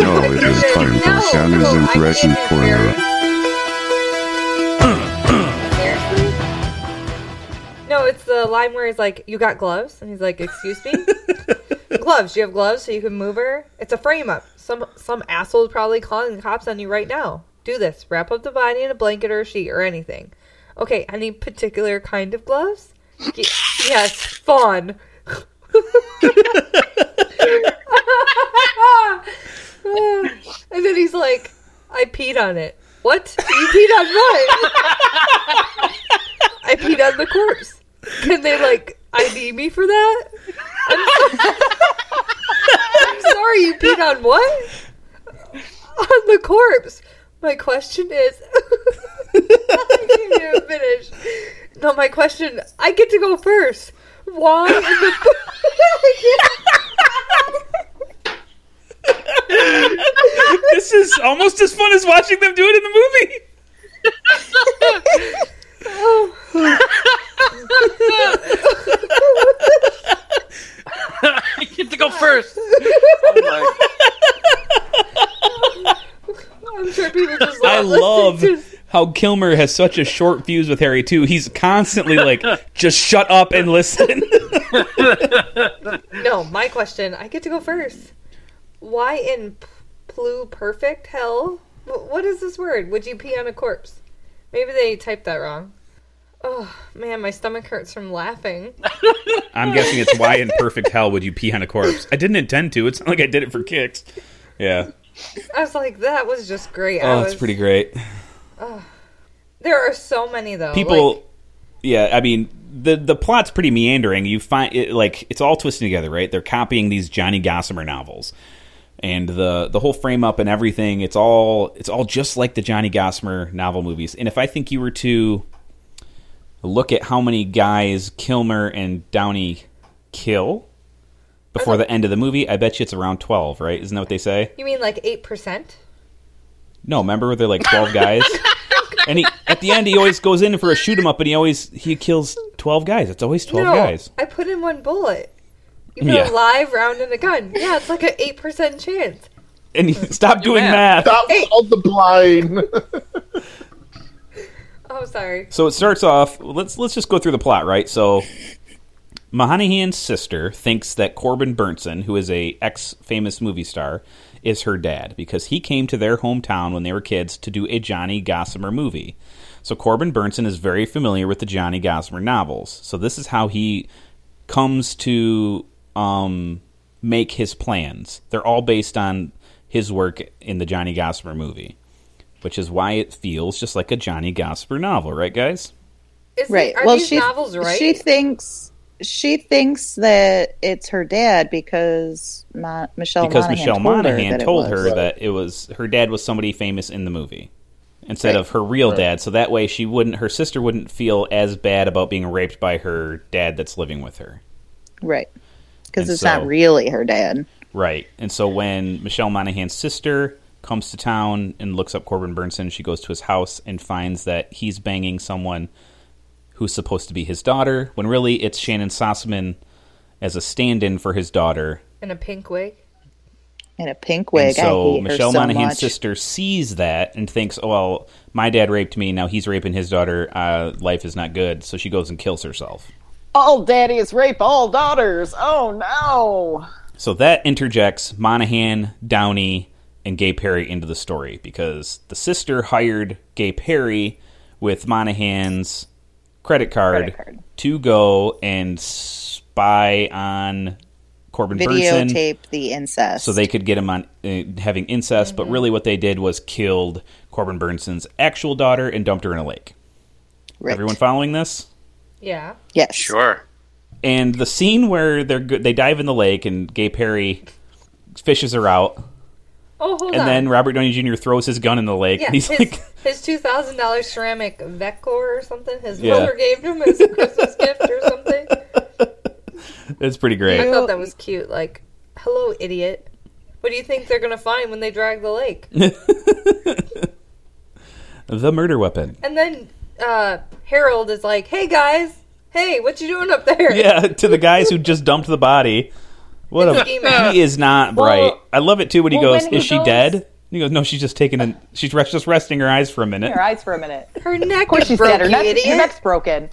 C: No, it is time for Santa's
E: no,
C: impression
E: I
C: corner.
E: can't, Harry. Seriously? No, it's the line where he's like, "You got gloves?" and he's like, "Excuse me." gloves. You have gloves, so you can move her. It's a frame up. Some some asshole is probably calling the cops on you right now. Do this. Wrap up the body in a blanket or a sheet or anything. Okay. Any particular kind of gloves? Y- yes, fawn. and then he's like, "I peed on it." What? You peed on what? I peed on the corpse. Can they like ID me for that? I'm sorry, you peed on what? On the corpse. My question is. I can't even finish. No, my question. I get to go first. Why in the?
D: this is almost as fun as watching them do it in the movie.
B: I get to go first.
E: I'm sure people just.
D: I
E: love listening
D: love
E: to-
D: how Kilmer has such a short fuse with Harry too. He's constantly like, just shut up and listen.
E: No, my question. I get to go first. Why in p- pluperfect hell? Wh- What is this word? Would you pee on a corpse? Maybe they typed that wrong. Oh man, my stomach hurts from laughing.
D: I'm guessing it's why in perfect hell would you pee on a corpse? I didn't intend to. It's not like I did it for kicks. Yeah.
E: I was like, that was just great. I
D: Oh,
E: was,
D: it's pretty great.
E: There are so many though.
D: People.
E: like-
D: yeah, I mean the the plot's pretty meandering. You find it like it's all twisted together, right? They're copying these Johnny Gossamer novels, and the the whole frame up and everything. It's all it's all just like the Johnny Gossamer novel movies. And if I think you were to look at how many guys Kilmer and Downey kill before the end of the movie, I bet you it's around twelve, right? Isn't that what they say?
E: you mean like eight percent?
D: No, remember they're like twelve guys. And he, at the end, he always goes in for a shoot 'em up, and he always he kills twelve guys. It's always twelve
E: No,
D: guys.
E: I put in one bullet. You put
D: Yeah.
E: a live round in a gun. Yeah, it's like an eight percent chance.
D: And he, stop doing math.
A: Stop out the blind.
E: Oh, sorry.
D: So it starts off. Let's let's just go through the plot, right? So Mahanahan's sister thinks that Corbin Burnson, who is a ex famous movie star, is her dad because he came to their hometown when they were kids to do a Johnny Gossamer movie. So Corbin Burnson is very familiar with the Johnny Gossamer novels. So this is how he comes to um, make his plans. They're all based on his work in the Johnny Gossamer movie, which is why it feels just like a Johnny Gossamer novel, right, guys?
E: Is
F: right.
E: Are
F: well,
E: these
F: she
E: novels right?
F: she thinks she thinks that it's her dad because Ma- Michelle
D: because
F: Monaghan
D: Michelle
F: told her
D: Monaghan
F: that it
D: told
F: was.
D: her that it was her dad was somebody famous in the movie instead
F: Right.
D: of her real dad. So that way she wouldn't, her sister wouldn't feel as bad about being raped by her dad that's living with her.
F: right because
D: And
F: it's
D: so-
F: not really her dad.
D: Right. And so when Michelle Monaghan's sister comes to town and looks up Corbin Burnson, she goes to his house and finds that he's banging someone who's supposed to be his daughter, when really it's Shannon Sossaman as a stand in for his daughter.
E: in a pink wig.
F: In a pink wig.
D: And so
F: I hate
D: Michelle
F: her so
D: Monaghan's
F: much.
D: sister sees that and thinks, oh, well, my dad raped me. Now he's raping his daughter. Uh, life is not good. So she goes and kills herself.
I: All daddies rape all daughters. Oh no.
D: So that interjects Monahan, Downey, and Gay Perry into the story because the sister hired Gay Perry with Monahan's credit card,
F: Credit card.
D: to go and spy on Corbin Burnson.
F: videotape the incest.
D: so they could get him on uh, having incest. But really, what they did was killed Corbin Burnson's actual daughter and dumped her in a lake.
F: Right.
D: Everyone following this?
E: Yeah.
F: yes,
B: Sure.
D: And the scene where they're go- they dive in the lake and Gay Perry fishes her out,
E: Oh, hold
D: and
E: on.
D: then Robert Downey Jr. throws his gun in the lake,
E: yeah,
D: and he's
E: his,
D: like,
E: his two thousand dollar ceramic Vecor or something. His
D: Yeah.
E: mother gave him as a Christmas gift or something.
D: "That's pretty
E: I
D: great."
E: thought that was cute. Like, hello, idiot. What do you think they're gonna find when they drag the lake?
D: The murder weapon.
E: And then uh, Harold is like, "Hey guys, hey, what you doing up there?"
D: Yeah, to the guys who just dumped the body. What a
E: Scheming.
D: he is not bright. I love it too when he
I: well,
D: goes,
I: when he
D: "Is she
I: goes-
D: dead?" And he goes, "No, she's just taking a she's rest- just resting her eyes for a minute."
I: Her eyes for a minute.
E: Her neck
I: Of course
E: is
I: she's
E: broke,
I: dead. Her,
E: you
I: neck, her
E: idiot.
I: neck's broken.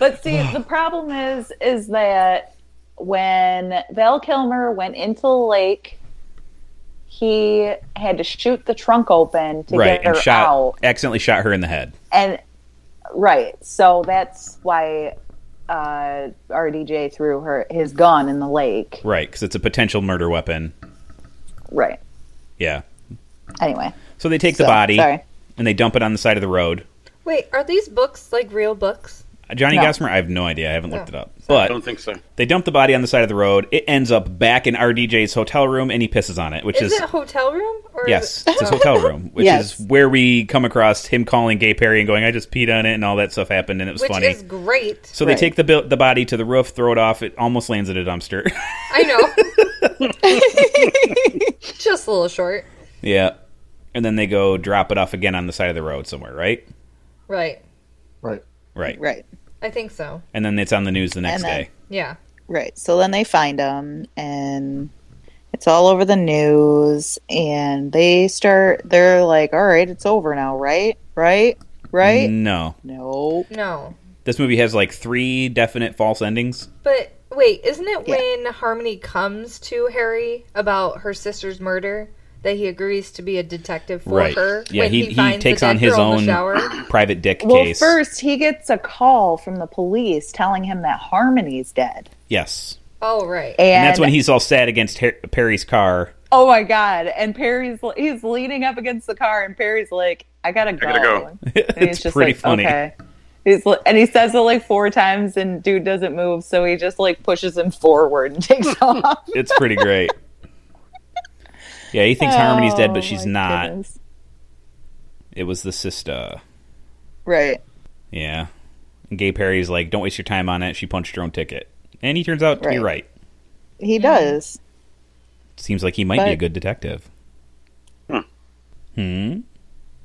I: But see, the problem is, is that when Val Kilmer went into the lake, he had to shoot the trunk open to
D: right,
I: get her
D: and shot
I: out.
D: accidentally shot her in the head.
I: And right, so that's why uh, RDJ threw her his gun in the lake.
D: Right, because it's a potential murder weapon.
I: Right.
D: Yeah.
F: Anyway,
D: So they take the
F: So,
D: body
F: sorry.
D: and they dump it on the side of the road.
E: Wait, are these books like real books?
D: Johnny
F: No.
D: Gossamer, I have no idea. I haven't looked it up.
B: I
D: But
B: don't think so.
D: they dump the body on the side of the road. It ends up back in RDJ's hotel room and he pisses on it, which
E: Is
D: is.
E: it a hotel room? Or is
D: Yes,
E: it-
D: it's his hotel room, which
F: Yes.
D: is where we come across him calling Gay Perry and going, "I just peed on it," and all that stuff happened, and it was
E: which
D: funny.
E: is great.
D: so they
F: Right.
D: take the bil- the body to the roof, throw it off. It almost lands in a dumpster.
E: I know. Just a little short.
D: yeah, and then they go drop it off again on the side of the road somewhere, right?
E: Right.
A: right.
D: Right.
F: right,
E: I think so.
D: And then it's on the news the next
F: then-
D: day.
E: Yeah.
F: right. So then they find him, and it's all over the news, and they start. They're like, "All right, it's over now, right? Right? Right?
D: No,
F: No,
E: No.
D: this movie has like three definite false endings.
E: But Wait, isn't it
J: Yeah.
E: when Harmony comes to Harry about her sister's murder that he agrees to be a detective for
D: right.
E: her?
D: Yeah,
E: When
D: he, he
E: finds the
D: takes
E: dead
D: on his
E: girl in
D: own
E: the shower?
D: private dick
F: Well,
D: case.
F: first he gets a call from the police telling him that Harmony's dead,
D: yes.
E: Oh, right.
F: and,
D: And, that's when he's all sad against Har- Perry's car.
F: Oh my god! And Perry's he's leaning up against the car, and Perry's like, "I gotta go."
B: gotta go.
F: And
D: It's pretty funny.
F: Okay. He's li- and he says it like four times, and dude doesn't move, so he just like pushes him forward and takes off.
D: It's pretty great. Yeah, he thinks Harmony's dead, but she's
F: Oh, my
D: not.
F: goodness.
D: It was the sister.
J: Right.
D: Yeah. And Gay Perry's like, don't waste your time on it. She punched her own ticket. And he turns out to be
J: Right.
D: right.
F: Hmm.
J: He does.
D: Seems like he might be
J: But-
D: a good detective.
B: Hmm.
D: Hmm.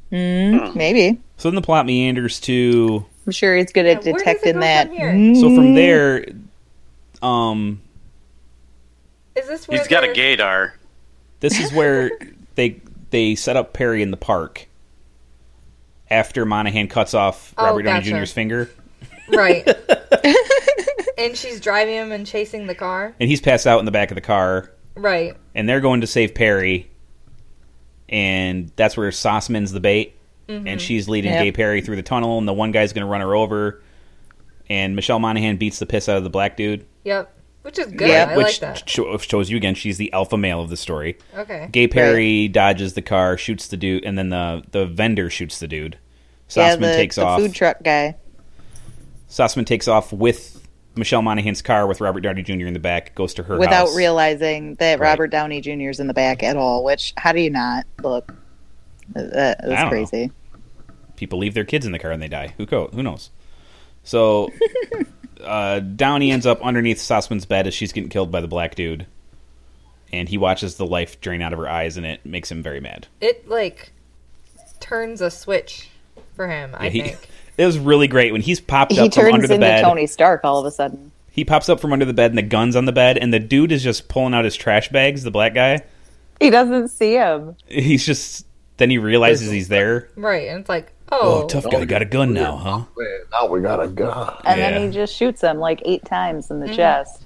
F: Hmm.
J: Maybe.
D: So then the plot meanders to.
J: I'm sure he's good at
E: Yeah, where does it
J: detecting
E: go
J: that.
E: from here?
D: So
F: Mm-hmm.
D: from there, um,
E: Is this where
B: He's got a
E: they're-
B: gaydar.
D: this is where they they set up Perry in the park after Monahan cuts off
E: Oh,
D: Robert Downey
E: gotcha.
D: Jr.'s finger,
E: Right. and she's driving him and chasing the car.
D: and he's passed out in the back of the car.
E: Right.
D: and they're going to save Perry, and that's where Sossman's the bait,
E: Mm-hmm.
D: and she's leading
J: Yep.
D: Gay Perry through the tunnel, and the one guy's going to run her over, and Michelle Monaghan beats the piss out of the black dude,
E: Yep. Which is good.
J: Yeah.
E: I like
D: which
E: that.
D: sho- shows you again she's the alpha male of the story.
E: Okay.
D: Gay Perry dodges the car, shoots the dude, and then the the vendor shoots the dude.
J: Yeah,
D: Sossman
J: the,
D: takes
J: the
D: off.
J: food truck guy.
D: Sossman takes off with Michelle Monaghan's car with Robert Downey Jr. in the back, goes to her
J: without
D: house.
J: realizing that Robert Downey Jr. is in the back at all. Which how do you not look? Uh, That,
D: I don't
J: that's
D: know.
J: crazy.
D: people leave their kids in the car and they die. Who co- who knows? So uh, Downey ends up underneath Sossman's bed as she's getting killed by the black dude, and he watches the life drain out of her eyes, and it makes him very mad.
E: It like turns a switch for him, I
D: he,
E: think.
D: it was really great when he's popped
J: He
D: up from under
J: turns
D: the
J: into
D: bed.
J: Tony Stark all of a sudden.
D: He pops up from under the bed, and the gun's on the bed, and the dude is just pulling out his trash bags. The black guy,
F: He doesn't see him.
D: he's just. Then he realizes he's there.
E: Right. And it's like, oh,
D: Oh, tough guy got a gun now, huh?
A: Man, now we got a gun.
F: And
D: Yeah.
F: then he just shoots him like eight times in the
E: Mm-hmm.
F: chest.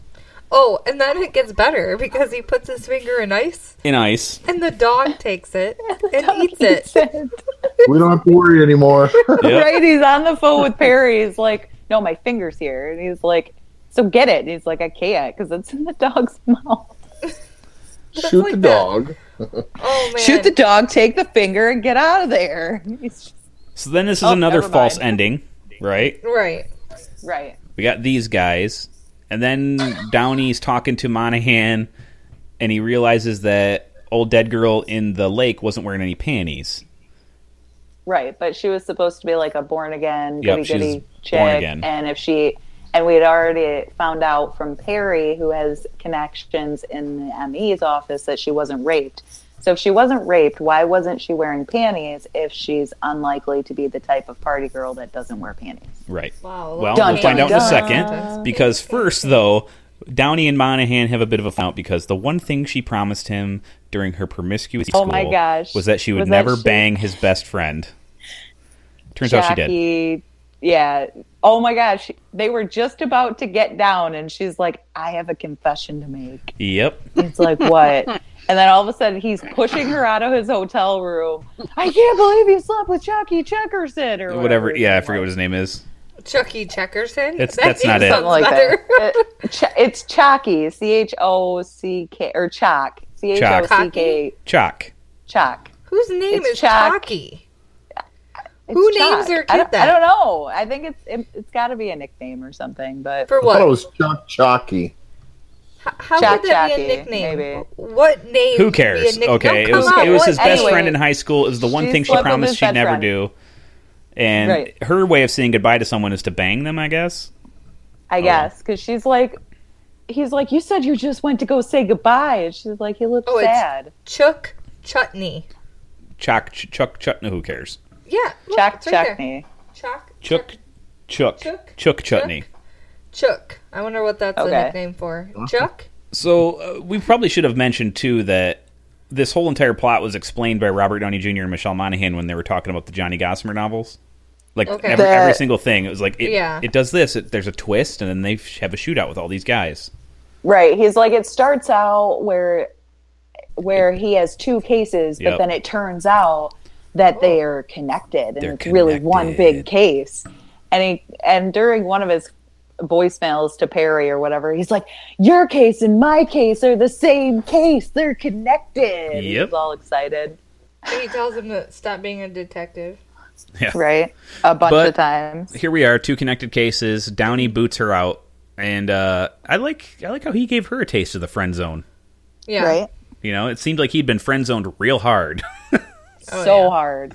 E: oh, and then it gets better because he puts his finger in ice
D: In ice.
E: and the dog takes it and eats
F: He
E: it.
F: said-
A: We don't have to worry anymore.
D: Yep.
F: Right? He's on the phone with Perry. He's like, no, my finger's here. And he's like, so get it. And he's like, I can't because it's in the dog's mouth.
A: Shoot
E: like
A: the
E: that.
A: dog.
E: Oh man.
J: Shoot the dog, take the finger, and get out of there. He's
D: So then this is
F: Oh,
D: another
F: never
D: false
F: mind.
D: ending, right?
E: Right.
F: Right.
D: we got these guys and then downey's talking to monahan and he realizes that old dead girl in the lake wasn't wearing any panties
F: Right. But she was supposed to be like a born again,
D: Yep,
F: goody
D: she's
F: goody chick.
D: born again.
F: And if she, and we had already found out from Perry, who has connections in the ME's office, that she wasn't raped. So if she wasn't raped, why wasn't she wearing panties if she's unlikely to be the type of party girl that doesn't wear panties?
D: right
E: Wow.
D: well
F: Dun,
D: we'll find out
F: dun,
D: in a
F: dun.
D: second because first though downey and monahan have a bit of a fun out because the one thing she promised him during her promiscuous
F: Oh my
D: school
F: gosh.
D: was that she would
F: Was that
D: never
F: she-
D: bang his best friend turns out she did
F: Jackie, Yeah. Oh my gosh. They were just about to get down, and she's like, I have a confession to make.
D: yep
F: It's like, what? and then all of a sudden, he's pushing her out of his hotel room. I can't believe you slept with Jackie Checkerson or whatever.
D: whatever
F: his
D: yeah i
F: name
D: forget what
F: was.
D: his name is
E: Chucky E. Checkerson.
D: It's- that's not
E: even
D: it.
E: sounds
F: Something like
E: better.
F: that. Uh, Ch- it's Chalky. C H O C K or Chalk. C H O C K.
D: chalk
F: Chalk.
E: Whose name
F: It's
E: is
F: Chuck.
E: Chucky?
F: It's
E: Who names
F: Chalk.
E: their
F: I
E: kid
F: don't,
E: that?
F: I don't know. I think it's it, it's got to be a nickname or something. But
E: For
A: I thought it
D: Oh,
E: what?
A: was Chuck Chalky.
E: H- How
F: Chuck
E: could that be a
F: Chucky,
E: nickname?
F: maybe.
E: What name?
D: Who
E: would be a
D: cares?
E: nick-
D: okay,
E: No,
D: it was
E: come on,
D: it was
E: what-
D: his best
F: anyway,
D: friend in high school. It was the one
F: she
D: thing she
F: slept with
D: promised
F: his
D: she'd
F: best
D: never
F: friend.
D: do. And
F: Right.
D: her way of saying goodbye to someone is to bang them, I guess.
E: Oh,
F: I guess because she's like, he's like, you said you just went to go say goodbye, and she's like, he looked
E: Oh, it's-
F: sad.
E: Chuck Chutney.
D: Chuck, ch- Chuck, Chuck. No, who cares?
E: Yeah. look,
F: Chuck
E: it's right there.
F: checked me.
E: Chuck.
D: Chuck, Chuck,
E: Chuck?
D: Chuck Chutney.
E: Chuck. I wonder what that's
F: Okay.
E: a nickname for. Chuck.
D: So uh, we probably should have mentioned too that this whole entire plot was explained by Robert Downey Jr. and Michelle Monaghan when they were talking about the Johnny Gossamer novels. Like
E: Okay.
D: every, every
K: That-
D: single thing, it was like it,
E: Yeah.
D: it does this. It, there's a twist, and then they f- have a shootout with all these guys.
F: Right. He's like it starts out where where he has two cases,
D: Yep.
F: but then it turns out
E: Oh.
F: that they are connected and
D: They're
F: it's really one
D: connected.
F: big case. And he and during one of his voicemails to Perry or whatever, he's like, Your case and my case are the same case. They're connected.
D: Yep.
F: He's all excited.
E: He tells him to stop being a detective.
K: right? A bunch
D: But-
K: of times.
D: Here we are, two connected cases. Downey boots her out, and uh, I like I like how he gave her a taste of the friend zone.
E: Yeah.
K: Right?
D: You know, it seemed like he'd been friend zoned real hard.
F: so
E: yeah.
F: hard.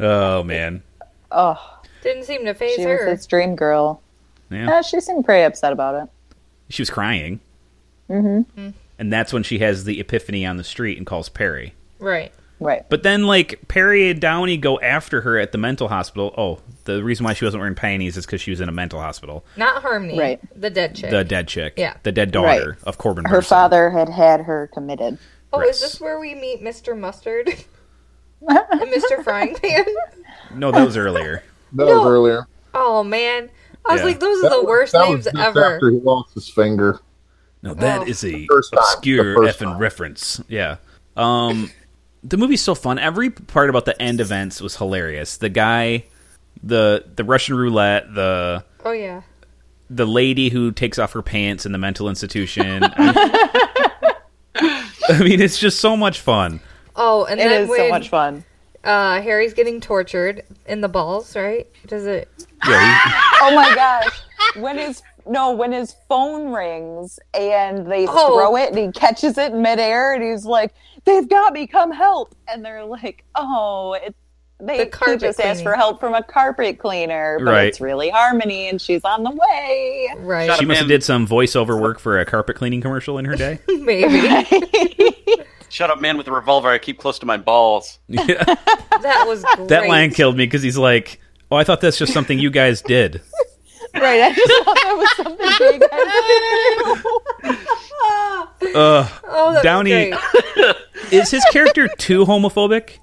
D: oh man,
K: Oh,
E: Didn't seem to phase
K: she was
E: her.
K: his dream girl.
D: yeah.
K: Uh, she seemed pretty upset about it.
D: she was crying. Mm-hmm. And that's when she has the epiphany on the street and calls Perry.
E: Right.
K: Right.
D: But then, like, Perry and Downey go after her at the mental hospital. Oh, the reason why she wasn't wearing panties is because she was in a mental hospital.
E: Not Harmony.
K: Right.
E: The dead chick.
D: The dead chick.
E: Yeah.
D: The dead daughter
K: Right.
D: of Corbin
K: Her
D: Burnson.
K: father had had her committed.
E: oh,
D: Rex.
E: is this where we meet Mr. Mustard? and Mr. Frying Pan?
D: No, that was earlier.
A: That was earlier.
E: Oh, man. I was
D: Yeah.
E: like, those are the worst
A: that
E: names
A: was just
E: ever.
A: After he lost his finger.
D: No, that
E: Oh.
D: is a
A: first time.
D: obscure
A: The first
D: effing
A: time.
D: reference. Yeah. Um, the movie's so fun. Every part about the end events was hilarious. The guy, the the Russian roulette, the
E: Oh, yeah.
D: the lady who takes off her pants in the mental institution. I mean, it's just so much fun.
E: Oh, and
K: It
E: then
K: is
E: when
K: so much fun.
E: Uh, Harry's getting tortured in the balls, right? Does it?
D: Yeah,
F: Oh my gosh. When his no, when his phone rings and they
E: Oh.
F: throw it and he catches it in midair and he's like, They've got me, come help and they're like, Oh, it's they
E: The
F: he
E: carpet
F: just asked for
E: cleaning.
F: help from a carpet cleaner, but
D: Right.
F: it's really harmony and she's on the way.
E: Right.
D: he, she
B: Shut
D: must
B: up, man.
D: have did some voiceover work for a carpet cleaning commercial in her day.
E: Maybe.
B: Shut up, man, with a revolver I keep close to my balls.
D: Yeah.
E: That was great.
D: That line killed me because he's like, "Oh, I thought that's just something you guys did."
F: Right. I just thought that was something big.
D: Ugh.
E: Oh, that
D: Downey-
E: was great.
D: is his character too homophobic?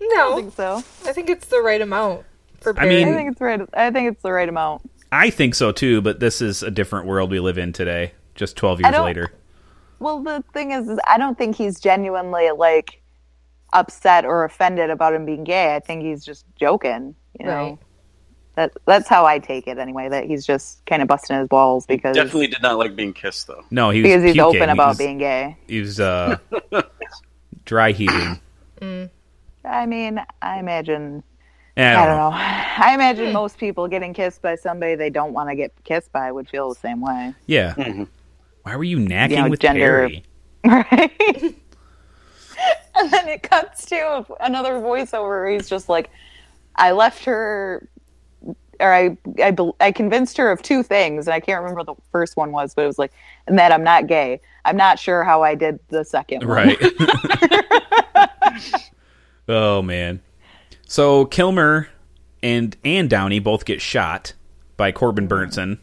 F: I
E: No,
F: think so.
E: I think it's the right amount for
D: I
E: Perry.
D: mean-
F: I think it's right I think it's the right amount.
D: I think so too, but this is a different world we live in today. Just twelve years
F: don't-
D: later,
F: Well, the thing is, is I don't think he's genuinely like upset or offended about him being gay. I think he's just joking. You know,
E: Right.
F: that that's how I take it anyway. That he's just kind of busting his balls because
B: Definitely did not like being kissed, though.
D: no, he was
F: because he's
D: puking.
F: open
D: He
F: about
D: was-
F: being gay.
D: He was uh, dry heaving.
F: I mean, I imagine.
D: Eh,
F: I don't know. I imagine most people getting kissed by somebody they don't want to get kissed by would feel the same way.
D: Yeah.
B: Mhm.
D: Why were you knacking
F: Mm-hmm. You know,
D: with
F: gender-
D: Perry?
F: Right. and then it cuts to another voiceover where he's just like, I left her, or I, I, bel- I convinced her of two things, and I can't remember what the first one was, but it was like, and that I'm not gay. I'm not sure how I did the second one.
D: Right. oh man. So Kilmer and and Downey both get shot by Corbin Burnson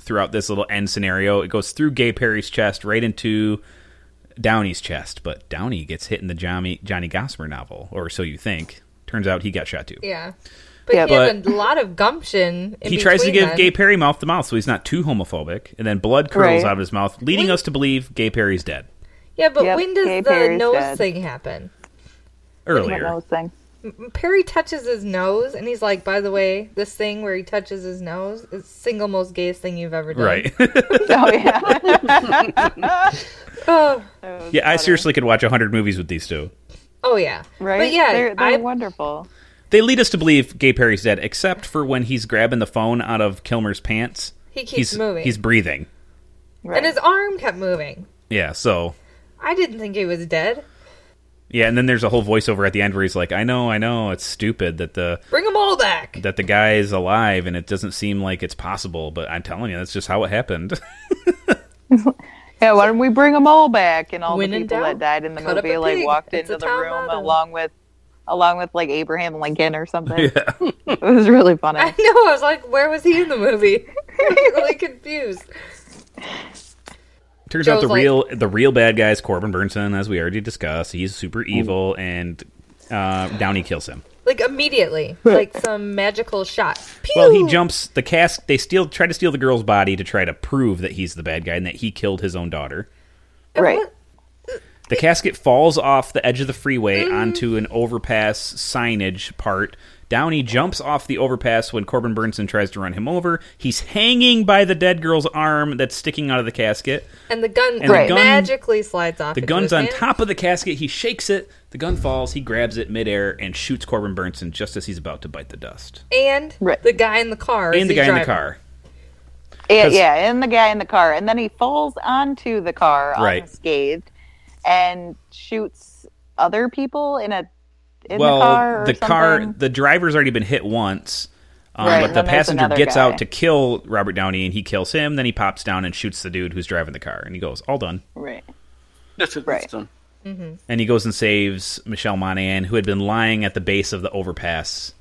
D: throughout this little end scenario. It goes through Gay Perry's chest right into Downey's chest, but Downey gets hit in the Johnny Johnny Gossamer novel, or so you think. Turns out he got shot too.
E: yeah, but
F: Yeah,
E: he has a lot of gumption. In
D: he tries to
E: between
D: give
E: them.
D: Gay Perry mouth to mouth, so he's not too homophobic. And then blood curls
F: Right.
D: out of his mouth, leading us to believe Gay Perry's dead
E: Yeah, but
F: Yep,
E: when does
F: Gay
E: the
F: Perry's
E: nose
F: dead.
E: thing happen?
F: That
D: earlier.
F: nose thing.
E: Perry touches his nose, and he's like, "By the way, this thing where he touches his nose is the single most gayest thing you've ever done."
D: Right.
F: Oh yeah.
E: Oh,
D: yeah, I seriously could watch 100 movies with these two.
E: oh yeah.
F: Right.
E: But yeah,
F: they're, they're
E: I,
F: wonderful.
D: They lead us to believe Gay Perry's dead, except for when he's grabbing the phone out of Kilmer's pants.
E: he keeps
D: He's
E: moving,
D: he's breathing.
F: Right.
E: and his arm kept moving.
D: Yeah, so
E: I didn't think he was dead.
D: yeah, and then there's a whole voiceover at the end where he's like, "I know, I know, it's stupid that the
E: Bring them all back.
D: that the guy is alive and it doesn't seem like it's possible, but I'm telling you, that's just how it happened."
F: Yeah, why don't we bring them all back? And all
E: When
F: the
E: in
F: people
E: doubt,
F: that died in the
E: cut up
F: movie
E: a
F: like
E: pig.
F: walked
E: It's
F: into
E: a
F: the
E: town
F: room
E: motto.
F: along with, along with like Abraham Lincoln or something. it was really funny.
E: I know. I was like, where was he in the movie? I was really confused.
D: Turns out
E: Joe's
D: the
E: like-
D: real the real bad guy is Corbin Burnson, as we already discussed. He's super evil, and uh, Downey kills him.
E: Like immediately, like some magical shot. Pew!
D: Well, he jumps the cask. They steal, try to steal the girl's body to try to prove that he's the bad guy and that he killed his own daughter.
F: Right.
D: The casket falls off the edge of the freeway onto an overpass signage part. Downey jumps off the overpass when Corbin Burnson tries to run him over. He's hanging by the dead girl's arm that's sticking out of the casket.
E: And the gun
D: And the
F: Right.
D: gun-
E: magically slides off.
D: The
E: into
D: gun's
E: his
D: on
E: hand.
D: top of the casket. He shakes it. The gun falls. He grabs it midair and shoots Corbin Burnson just as he's about to bite the dust.
E: and
F: Right.
E: the guy in the car. as
D: and the
E: he's
D: guy in the
E: driving.
D: car.
F: Yeah,
D: 'Cause-
F: yeah, and the guy in the car, and then he falls onto the car
D: Right.
F: unscathed and shoots other people in a in
D: well,
F: the car. Or
D: the car,
F: something.
D: the driver's already been hit once, um,
F: Right,
D: but
F: and
D: the
F: then there's
D: passenger
F: another
D: gets
F: guy.
D: out to kill Robert Downey, and he kills him. Then he pops down and shoots the dude who's driving the car, and he goes, "All done."
F: right.
B: That's it.
F: Right.
B: That's done.
D: And he goes and saves Michelle Monahan, who had been lying at the base of the overpass,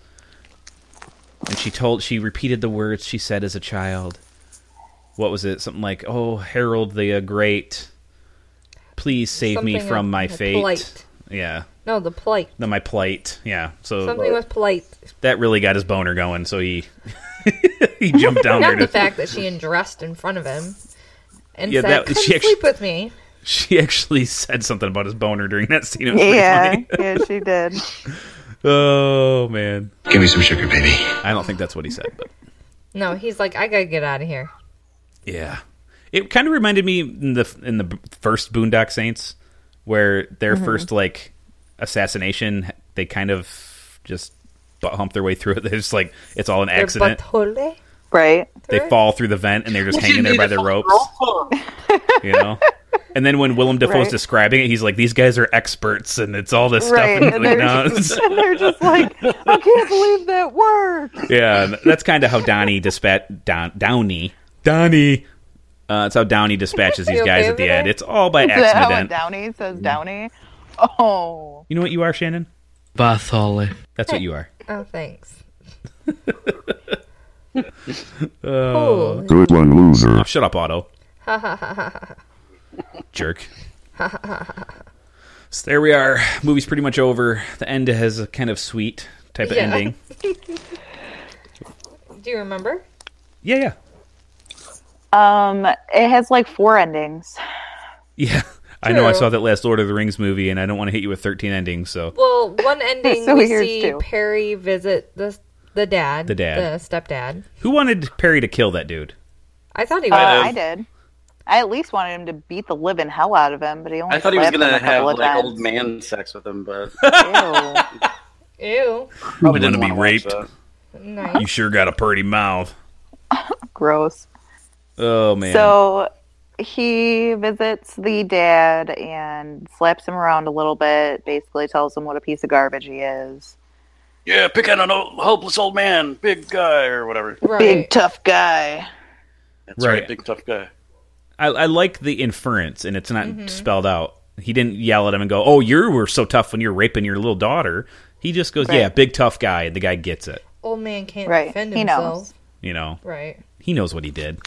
D: and she told she repeated the words she said as a child. What was it? Something like, "Oh, Harold the uh, Great, please save me
E: Something
D: from
E: of-
D: my
E: of
D: fate."
E: plight.
D: Yeah,
E: No, the plate.
D: the, my plight. Yeah, so
E: Something with plate.
D: that really got his boner going. So he he jumped down Oh, there.
E: Not the
D: To,
E: fact that she undressed in front of him and
D: Yeah, that-
E: said, "Come
D: she actu-
E: sleep with me."
D: she actually said something about his boner during that scene. It was pretty
F: Yeah,
D: funny.
F: yeah, she did.
D: Oh man,
H: Give me some sugar, baby.
D: I don't think that's what he said, but
E: No, he's like, "I gotta get out of here."
D: yeah, it kind of reminded me in the in the first Boondock Saints where their
E: Mm-hmm.
D: first like assassination, they kind of just butt hump their way through it. They're just like it's all an
E: Their
D: accident.
E: butthole.
F: Right.
D: They
E: Right.
D: fall through the vent and they're just
G: What
D: hanging
G: you
D: there
G: need
D: by
G: to
D: their
G: fucking
D: ropes.
G: roll for?
D: you know. And then when Willem Dafoe's
F: Right.
D: describing it, he's like, "These guys are experts, and it's all this stuff."
F: Right,
D: And
F: and
D: like,
F: they're
D: no,
F: just-
D: it's-
F: And they're just like, I can't believe that worked.
D: yeah, and that's kind of how Donnie dispatch Don, Downey Donnie. Uh, that's how Downey dispatches these
E: You
D: guys
E: okay
D: at the
E: over
D: end.
E: there?
D: It's all by
F: Is that how
D: accident.
F: Downey
B: Mm-hmm.
F: says Downey? Oh,
D: You know what you are, Shannon?
L: Bathole.
D: That's what you are.
E: Oh, thanks.
D: Oh,
E: Holy-
C: Good one, loser.
D: shut up, Otto. Jerk. so there we are. Movie's pretty much over. The end has a kind of sweet type of
E: Yeah.
D: ending.
E: Do you remember?
D: Yeah, yeah.
F: um, it has like four endings.
D: Yeah. I know I
E: True.
D: saw that last Lord of the Rings movie and I don't want to hit you with 13 endings, so
E: Well, one ending
F: So
E: we
F: here's
E: see
F: two.
E: Perry visit the the dad,
D: The dad.
E: the stepdad.
D: who wanted Perry to kill that dude?
E: I thought he
F: Uh,
E: was.
B: have-
F: I did. I at least wanted him to beat the living hell out of him, but he only.
B: I thought he was
F: slapped him
B: gonna
F: a
B: have
F: couple
B: like
F: of times.
B: old man sex with him, but
F: Ew.
E: Ew,
B: probably
D: Wanna
B: didn't
D: be
B: want to
D: raped?
E: nice.
D: You sure got a pretty mouth.
F: Gross.
D: Oh man.
F: So he visits the dad and slaps him around a little bit, basically tells him what a piece of garbage he is.
B: Yeah, pick on an old, hopeless old man, big guy or whatever.
E: Right.
F: Big tough guy.
B: That's right,
D: Right.
B: big tough guy.
D: I, I like the inference and it's not
F: Mm-hmm.
D: spelled out. He didn't yell at him and go, "Oh, you were so tough when you're raping your little daughter." He just goes,
F: Right.
D: "Yeah, big tough guy." And the guy gets it,
E: Old man can't
F: Right.
E: defend
F: He
E: himself.
F: knows.
D: you know.
E: Right.
D: He knows what he did.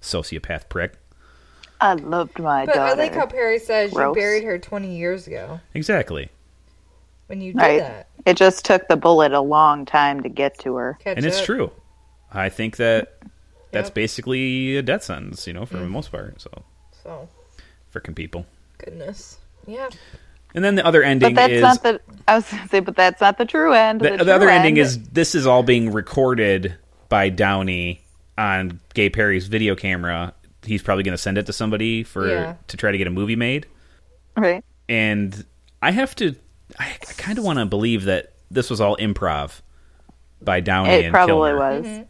D: Sociopath prick.
F: I loved my
E: But I
F: daughter.
E: like how Perry says
F: Gross.
E: you buried her 20 years ago
D: Exactly.
E: when you did
F: Right.
E: that.
F: it just took the bullet a long time to get to her.
E: Catch
D: and it's
E: up.
D: true. I think that that's
E: Yep.
D: basically a death sentence, you know, for the
F: Mm-hmm.
D: most part. So,
E: So,
D: freaking people.
E: goodness. Yeah.
D: And then the other ending
F: But that's
D: is
F: not the. I was gonna say, but that's not the true end.
D: the, the
F: true
D: other ending
F: end-
D: is this is all being recorded by Downey on Gay Perry's video camera. He's probably going to send it to somebody for
E: Yeah.
D: to try to get a movie made.
F: right.
D: And I have to, I, I kind of want to believe that this was all improv by Downey
F: It
D: and
F: probably was.
B: Mm-hmm.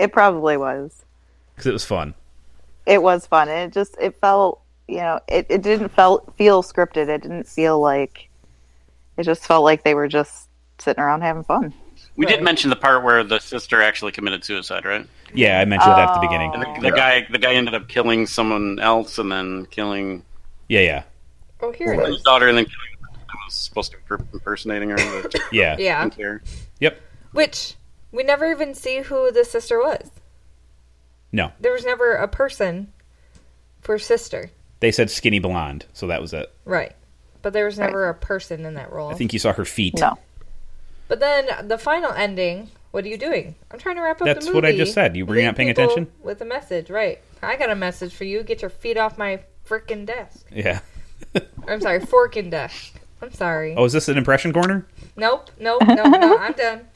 F: It probably was.
D: because it was fun.
F: It was fun. It just it felt you know it, it didn't felt feel scripted. It didn't feel like it just felt like they were just sitting around having fun.
B: We
E: Right.
B: did mention the part where the sister actually committed suicide, right?
D: Yeah, I mentioned that at the beginning.
F: Oh.
B: And the, the guy, the guy ended up killing someone else, and then killing
D: Yeah, yeah,
E: Oh, here it
B: his
E: is.
B: daughter, and then killing the person that was supposed to be per- impersonating her. But
D: yeah,
E: Yeah.
B: didn't care.
D: Yep.
E: Which we never even see who the sister was.
D: No,
E: There was never a person for sister.
D: they said skinny blonde, so that was it.
E: Right. But there was never a person in that role.
D: I think you saw her feet.
F: No.
E: But then the final ending. What are you doing? I'm trying to wrap up
D: That's
E: the movie.
D: what I just said. You were
E: Leave
D: not paying
E: people
D: attention?
E: With a message, right? I got a message for you. Get your feet off my freaking desk.
D: Yeah.
E: I'm sorry, forking desk. I'm sorry.
D: Oh, is this an impression corner?
E: Nope, nope, nope, no. I'm done.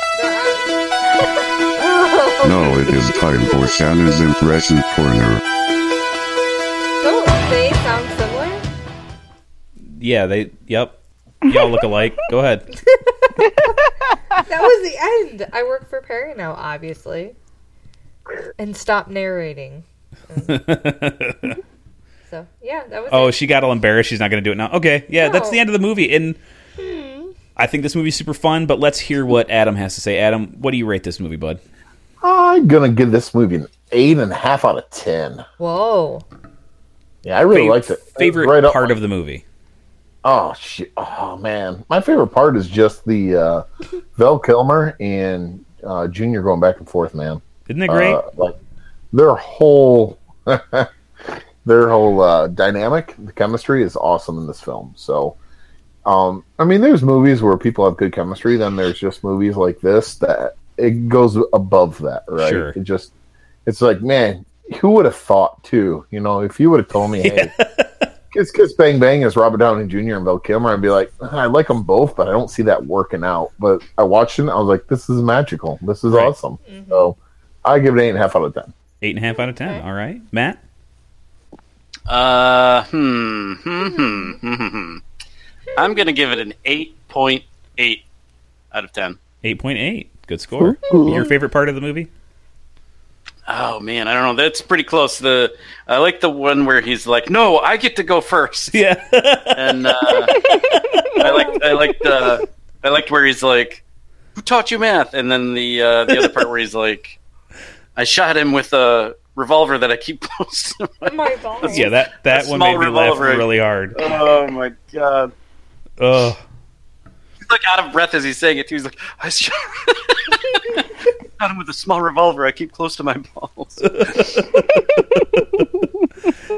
E: Oh,
C: Now it is time for Santa's Impression Corner.
E: Don't they sound similar?
D: Yeah, they. Yep. Y'all look alike. Go ahead.
E: That was the end. I work for Perry now, obviously. And stop narrating. So yeah, that was
D: oh,
E: it.
D: she got all embarrassed. She's not going to do it now. Okay. Yeah, that's the
E: No.
D: end of the movie. And I think this movie's super fun, but let's hear what Adam has to say. Adam, what do you rate this movie, bud?
A: I'm gonna give this movie an eight and a half out of ten.
E: Whoa.
A: Yeah, I really
D: Fav-
A: liked it. It was
D: Favorite
A: right up
D: part
A: my-
D: of the movie.
A: Oh shit! Oh man, my favorite part is just the uh, Val Kilmer and uh, Junior going back and forth. Man,
D: Isn't that great?
A: Uh, like their whole their whole uh, dynamic, the chemistry is awesome in this film. So, um, I mean, there's movies where people have good chemistry. Then there's just movies like this that it goes above that, right?
D: Sure.
A: It just it's like, man, who would have thought? Too, you know, if you would have told me, hey. Kiss Kiss Bang Bang is Robert Downey Jr. and Bill Kilmer. I'd be like, I like them both, but I don't see that working out. But I watched it, and I was like, this is magical. This is
D: Right.
A: awesome.
E: Mm-hmm.
A: So I give it eight and a half out of ten.
D: Eight and a half out of ten. All right, Matt.
B: Uh, hmm, hmm, hmm, hmm, hmm, hmm. I'm gonna give it an eight point eight out of ten.
D: Eight point eight. Good score. Your favorite part of the movie?
B: Oh man, I don't know. That's pretty close. The I like the one where he's like, "No, I get to go first.
D: Yeah.
B: and uh, I liked I liked uh, I liked where he's like, "Who taught you math?" And then the uh, the other part where he's like, "I shot him with a revolver that I keep close to my."
E: My balls.
D: yeah. That that
B: A
D: one
B: small
D: made me laugh
B: revolver.
D: really hard.
B: Oh my god.
D: Ugh.
B: He's like out of breath as he's saying it too. He's like, I shot shot him with a small revolver I keep close to my balls.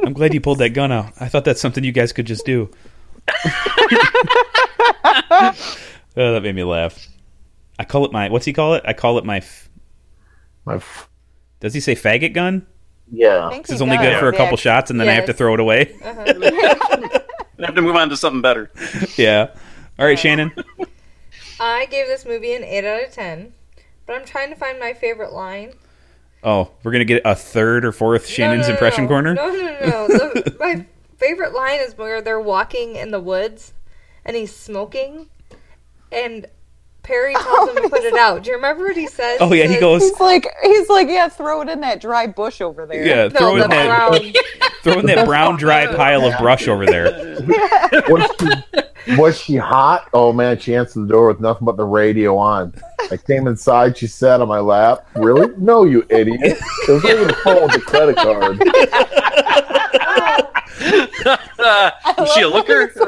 D: I'm glad you pulled that gun out. I thought that's something you guys could just do. oh, that made me laugh. I call it my what's he call it? I call it my. F-
A: My f-
D: does he say faggot gun?
A: yeah,
D: It's only good for a couple shots, and then I have to
E: Yes.
D: throw it away.
E: Uh-huh.
B: I have to move on to something better.
D: yeah. All
E: Oh.
D: right, Shannon.
E: I gave this movie an eight out of ten. But I'm trying to find my favorite line.
D: Oh, we're gonna get a third or fourth
E: No,
D: Shannon's
E: no, no,
D: impression
E: no.
D: corner.
E: No, no, no. no. The, my favorite line is where they're walking in the woods and he's smoking, and Perry tells him to put it out. Do you remember what he says?
D: Oh yeah, he
E: says,
D: goes.
I: He's like, he's like, yeah, throw it in that dry bush over there.
D: Yeah,
E: No,
D: throw in
E: the
D: that,
E: brown.
D: throw in that brown dry pile of brush over there.
A: was she, was she hot? Oh man, she answered the door with nothing but the radio on. I came inside. She sat on my lap. Really? No, you idiot. It was over the phone with a credit card.
B: Uh, is she a looker?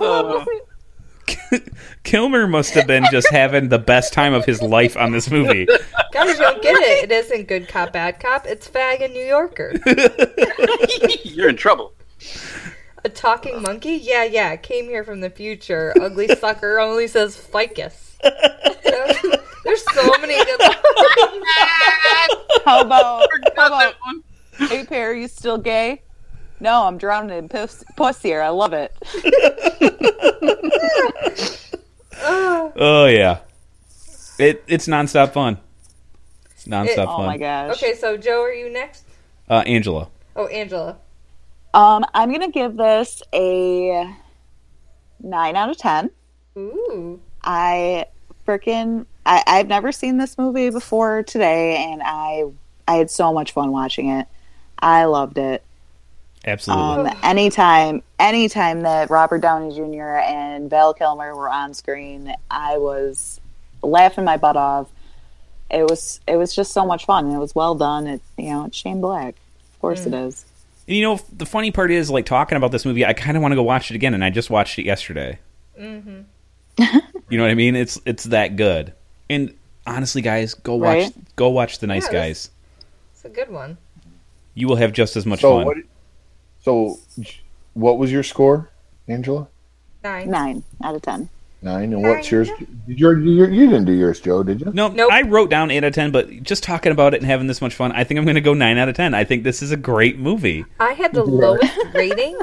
B: Uh,
D: Kilmer must have been just having the best time of his life on this movie.
E: Guys, you don't get it. It isn't good cop, bad cop. It's fag and New Yorker.
B: you're in trouble.
E: A talking monkey? Yeah, yeah. Came here from the future. Ugly sucker only says ficus. There's so many good lines.
I: How about, how about
B: That one.
I: hey, Pear, are you still gay? No, I'm drowning in puss, puss here. I love it.
D: Oh yeah, it it's nonstop fun. It's nonstop
E: It-
D: fun.
I: Oh my gosh.
E: Okay, so Joe, are you next?
D: Uh, Angela,
E: Oh, Angela.
I: Um, I'm gonna give this a nine out of ten.
E: Ooh.
I: I freaking I, I've never seen this movie before today, and I I had so much fun watching it. I loved it.
D: absolutely.
I: Um, anytime, anytime that Robert Downey Jr. and Val Kilmer were on screen, I was laughing my butt off. It was it was just so much fun. and It was well done. It you know it's Shane Black, of course it is.
D: And you know the funny part is like talking about this movie. I kind of want to go watch it again, and I just watched it yesterday.
E: Mm-hmm.
D: you know what I mean? It's it's that good. And honestly, guys, go watch
I: Right.
D: go watch the Nice
E: Yeah,
D: Guys.
E: this- It's a good one.
D: You will have just as much
A: So
D: fun.
A: what? So what was your score, Angela?
E: Nine.
I: Nine out of ten.
A: Nine. And what's yours? Did you, already do your- you didn't do yours, Joe, did you?
D: No,
E: Nope.
D: I wrote down eight out of ten, but just talking about it and having this much fun, I think I'm going to go nine out of ten. I think this is a great movie.
E: I had the lowest rating.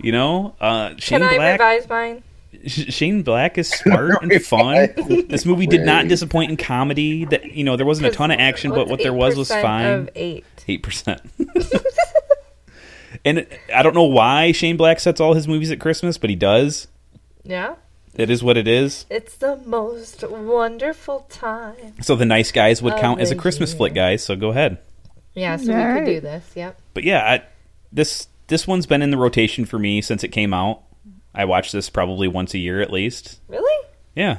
D: You know, uh, Shane
E: Can I
D: Black.
E: revise mine?
D: Sh- Shane Black is smart and fun. This movie did not disappoint in comedy. That you know, there wasn't a ton of action, but
E: What's
D: what there was was
E: 8%
D: fine.
E: Of eight.
D: Eight percent. And I don't know why Shane Black sets all his movies at Christmas, but he does.
E: Yeah.
D: It is what it is.
E: It's the most wonderful time.
D: So the nice guys would count as a Christmas
E: Amazing.
D: flick, guys. So go ahead.
E: Yeah, so we could do this. Yep.
D: But yeah, I, this this one's been in the rotation for me since it came out. I watch this probably once a year at least.
E: Really?
D: Yeah,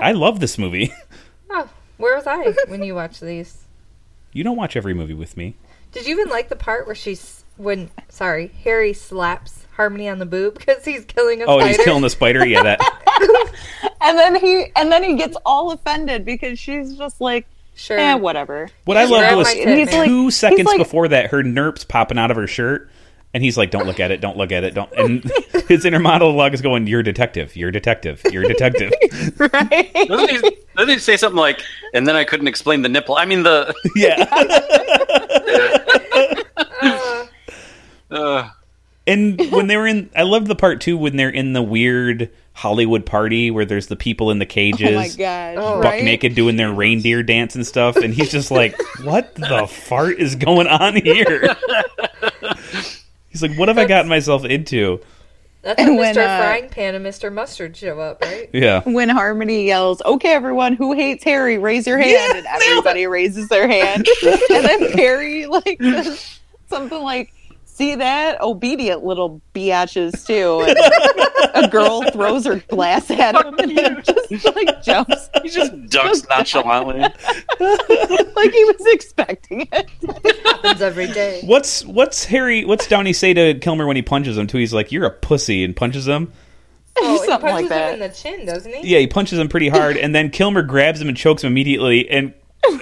D: I love this movie.
E: Oh, where was I when you watched these?
D: you don't watch every movie with me.
E: Did you even like the part where she's when? Sorry, Harry slaps Harmony on the boob because he's killing a
D: Oh,
E: spider.
D: he's killing the spider. Yeah, that.
F: And then he and then he gets all offended because she's just like,
E: sure.
F: eh, whatever.
D: What I
E: grab
D: love was
E: my tit, man.
D: two
F: He's
D: seconds
F: like-
D: before that, her nerps popping out of her shirt, and he's like, "Don't look at it. Don't look at it. Don't." And his inner monologue is going, "You're a detective. You're a detective. You're a detective."
B: Doesn't he, doesn't he say something like, and then I couldn't explain the nipple? I mean, the.
D: yeah.
B: Uh,
D: And when they were in, I loved the part too when they're in the weird Hollywood party where there's the people in the cages.
F: Oh my gosh!
E: Oh.
D: buck
F: right?
D: naked doing their reindeer dance and stuff and he's just like what the fart is going on here he's like what have i gotten myself into
E: That's when,
F: When,
E: Mr.
F: uh,
E: Frying Pan and Mr. Mustard show up, right?
D: yeah
F: When Harmony yells, "Okay, everyone who hates Harry, raise your hand," and everybody raises their hand, and then Harry like says something like, "See that obedient little biatches too." And a girl throws her glass at him and he just like jumps
B: he just ducks nonchalantly.
F: like he was expecting it.
E: Happens every day.
D: what's what's harry what's downey say to kilmer when he punches him too he's like you're a pussy and punches him
E: Oh, he
F: Something
E: punches
F: like that.
E: him in the chin, doesn't he?
D: yeah he punches him pretty hard and then kilmer grabs him and chokes him immediately and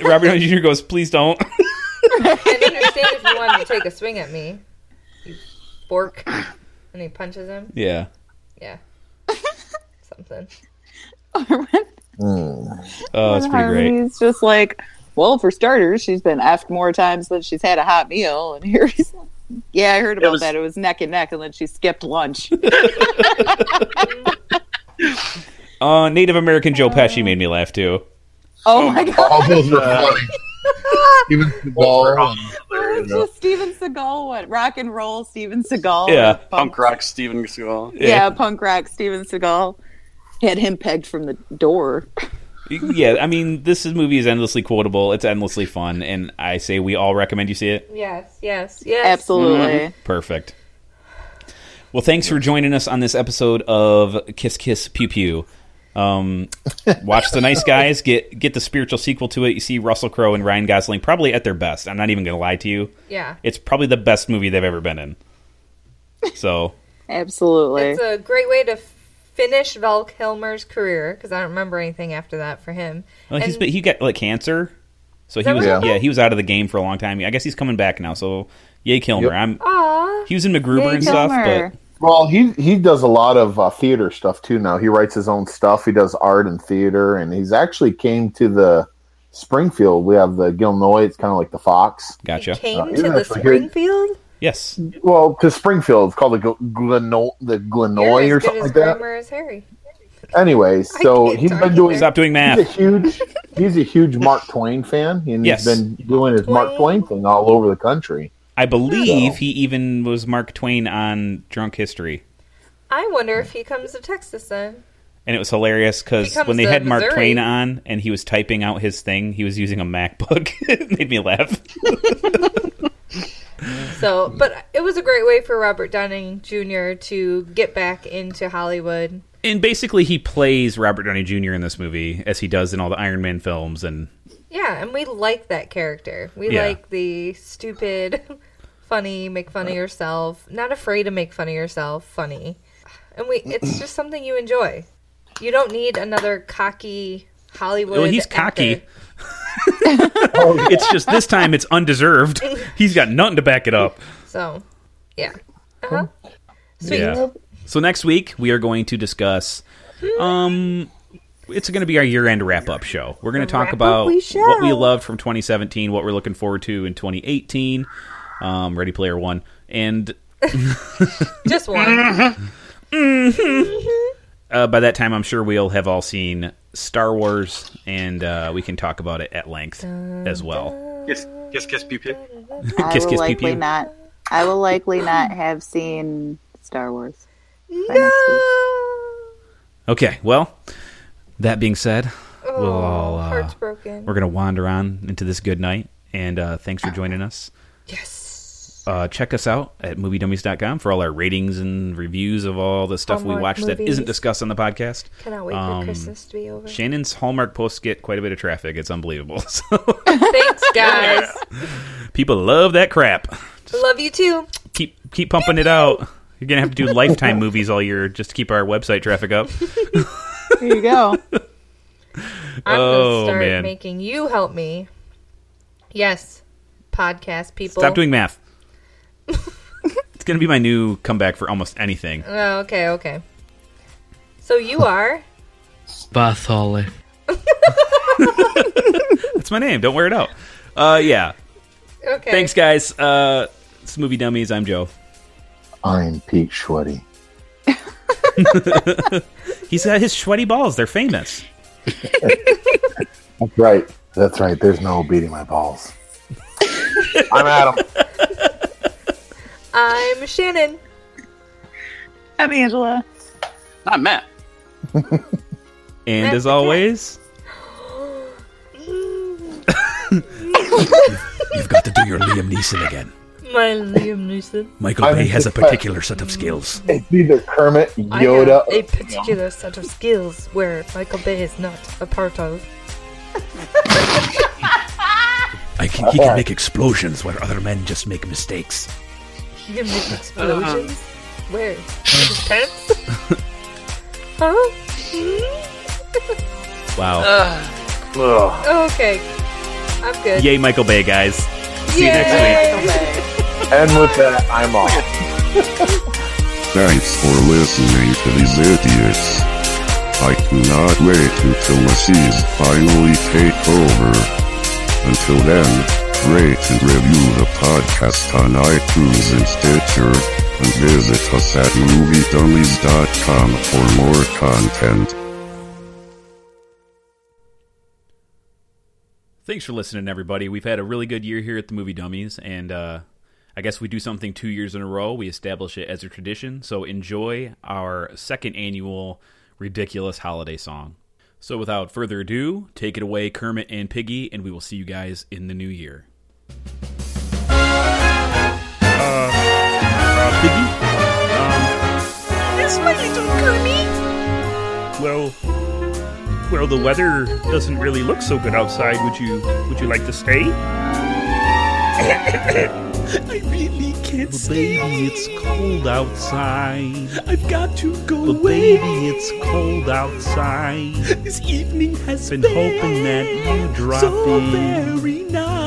D: robert downey jr goes please don't
E: I didn't understand if you wanted to take a swing at me. You fork. And he punches him.
D: yeah
E: Yeah. Something.
D: oh that's
F: And
D: pretty great
F: Harmony's just like, well, for starters, she's been effed more times than she's had a hot meal, and here he's. Yeah, I heard about
B: was-
F: that. It was neck and neck, and then she skipped lunch.
D: Oh uh native american joe pesci made me laugh too
F: oh my god!
A: All those were funny. Even the ball.
F: It's just Steven Seagal one, rock and roll Steven Seagal.
D: Yeah,
B: Punk rock Steven Seagal.
F: Yeah, punk rock Steven Seagal had him pegged from the door.
D: yeah, I mean, this is- movie is endlessly quotable. It's endlessly fun, and I say we all recommend you see it.
E: Yes, yes, yes.
F: Absolutely.
D: Mm-hmm. Perfect. Well, thanks for joining us on this episode of Kiss Kiss Pew Pew. Um, watch the nice guys get get the spiritual sequel to it. You see Russell Crowe and Ryan Gosling probably at their best. I'm not even going to lie to you.
E: Yeah.
D: It's probably the best movie they've ever been in. So
F: Absolutely.
E: It's a great way to finish Val Kilmer's career because I don't remember anything after that for him.
D: well, he's
E: And-
D: been- he got like cancer, so he
E: that
D: was
E: what
D: yeah.
A: happened?
D: he was out of the game for a long time. I guess he's coming back now. So yay Kilmer.
A: Yep.
D: I'm
E: Aw.
D: he was in MacGruber
F: Yay,
D: and stuff,
F: Kilmer.
D: but
A: Well, he he does a lot of uh, theater stuff too now. He writes his own stuff. He does art and theater, and he's actually came to the Springfield. We have the Gilnoy. It's kind of like the Fox.
D: Gotcha.
E: He came
A: Uh,
E: to
A: yeah,
E: the
A: that's what I heard.
E: Springfield?
D: Yes.
A: Well, to Springfield, it's called the Gl- Gleno- the
E: You're
A: Glenoy
E: as
A: or
E: good
A: something
E: as
A: like that.
E: Kramer as Harry.
A: Anyway, so
E: can't
A: he's
E: talk
A: been doing.
D: Stop doing
A: He's a
D: math.
A: huge. He's a huge Mark Twain fan, and
D: Yes.
A: he's been doing his Mark Twain
E: Twain.
A: thing all over the country.
D: I believe
A: So.
D: he even was Mark Twain on Drunk History.
E: I wonder if he comes to Texas then.
D: And it was hilarious
E: He
D: because
E: comes
D: when they
E: to
D: had Mark
E: Missouri.
D: Twain on and he was typing out his thing, he was using a MacBook. it made me laugh.
E: So, but it was a great way for Robert Downing Jr. to get back into Hollywood.
D: And basically, he plays Robert Downey Jr. in this movie, as he does in all the Iron Man films. And
E: Yeah, and we like that character. We
D: Yeah.
E: like the stupid, funny, make fun of
A: Uh.
E: yourself, not afraid to make fun of yourself, funny. And we it's just something you enjoy. You don't need another cocky Hollywood.
D: well, he's
E: actor.
D: cocky. it's just this time it's undeserved. He's got nothing to back it up.
E: So, yeah. Uh-huh. Sweet.
D: Yeah. So next week we are going to discuss Um, it's going to be our year-end wrap-up show. We're going to talk
E: Wrap-up
D: about
E: we
D: what we
E: shall.
D: loved from 2017, what we're looking forward to in 2018. Um, Ready Player One, and
E: Just
L: Mm-hmm.
E: one.
D: uh, by that time, I'm sure we'll have all seen Star Wars, and uh, we can talk about it at length as well.
B: Kiss, kiss, kiss, pew, pew.
D: Kiss,
F: I will
D: kiss, pew,
F: likely
D: pew.
F: not. I will likely not have seen Star Wars. by next week.
D: Okay, well, that being said, we'll all,
E: Oh,
D: uh,
E: heart's broken.
D: we're going to wander on into this good night. And uh, thanks for joining us.
E: Yes.
D: Uh, check us out at moviedummies.com for all our ratings and reviews of all the stuff we
E: Hallmark
D: watch that
E: movies.
D: isn't discussed on the podcast.
E: Cannot wait
D: Um,
E: for Christmas to be over.
D: Shannon's Hallmark posts get quite a bit of traffic. It's unbelievable. So
E: Thanks, guys.
D: people love that crap.
E: Love you too.
D: Keep keep pumping it out. You're gonna have to do lifetime movies all year just to keep our website traffic up.
F: There you go.
E: I'm
D: Oh,
E: gonna start
D: man.
E: making you help me. Yes, podcast people.
D: Stop doing math. it's gonna be my new comeback for almost anything.
E: Oh, okay, okay. So you are.
G: Barthole.
D: That's my name. Don't wear it out. Uh, yeah.
E: Okay.
D: Thanks, guys. Uh, it's Movie Dummies. I'm Joe.
A: I'm Pete Schwetty.
D: He's got his sweaty balls. They're famous.
A: That's right. That's right. There's no beating my balls. I'm Adam.
E: I'm Shannon.
F: I'm Angela.
B: Not Matt.
D: And as always,
L: You've got to do your Liam Neeson again.
E: My Liam Neeson.
L: Michael
A: I'm
L: Bay has a
A: just-
L: particular set of skills.
A: It's either Kermit,
E: I have
A: Yoda,
E: a particular set of skills where Michael Bay is not a part of.
L: I can, he can make explosions where other men just make mistakes.
E: He can make explosions. Where? In His pants? huh? Hmm?
D: wow.
E: Okay. I'm good.
D: Yay, Michael Bay, guys. See you next week.
E: Yay!
A: and with that, I'm off.
C: Thanks for listening to these idiots. I cannot wait until the seas finally take over. Until then, rate and review the podcast on iTunes and Stitcher, and visit us at moviedummies.com for more content.
D: Thanks for listening, everybody. We've had a really good year here at the Movie Dummies, and uh, I guess we do something two years in a row. We establish it as a tradition. So enjoy our second annual ridiculous holiday song. So without further ado, take it away, Kermit and Piggy, and we will see you guys in the new year.
L: Uh, Piggy?
M: That's my little Kermit.
L: Well, well, the weather doesn't really look so good outside. Would you, would you like to stay?
M: I really can't stay.
L: cold outside.
M: I've got to go away.
L: cold outside.
M: This evening has
L: Been
M: been,
L: hoping that you drop
M: so
L: in.
M: very nice.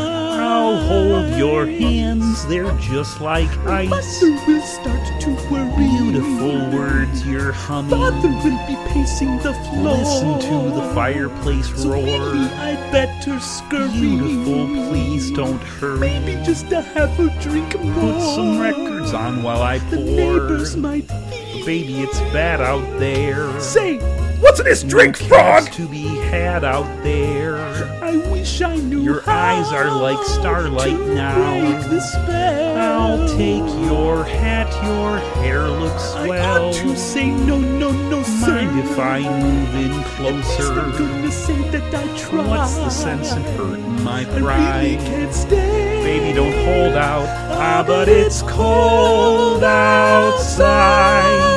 L: they're just like
M: Mother will start to worry.
L: Beautiful words you're humming.
M: Father will be pacing the floor.
L: Listen to the fireplace
M: So really,
L: roar.
M: I better scurry.
L: Beautiful, please don't hurry.
M: Maybe just a half a drink more.
L: Put some records on while I
M: The
L: pour.
M: neighbors might be.
L: Baby, it's bad out there.
M: Say,
L: what's this drink, frog? To be had out there.
M: I wish I knew.
L: Your
M: how
L: eyes are like starlight
M: to
L: now.
M: Break the spell.
L: I'll take your hat. Your hair looks
M: I
L: swell.
M: ought to say no, no, no, sir.
L: Mind if I move in
M: I'm
L: closer?
M: gonna say that I tried.
L: What's the sense in hurting my
M: I really
L: pride?
M: can't stay.
L: Baby, don't hold out. Ah, but it's cold outside.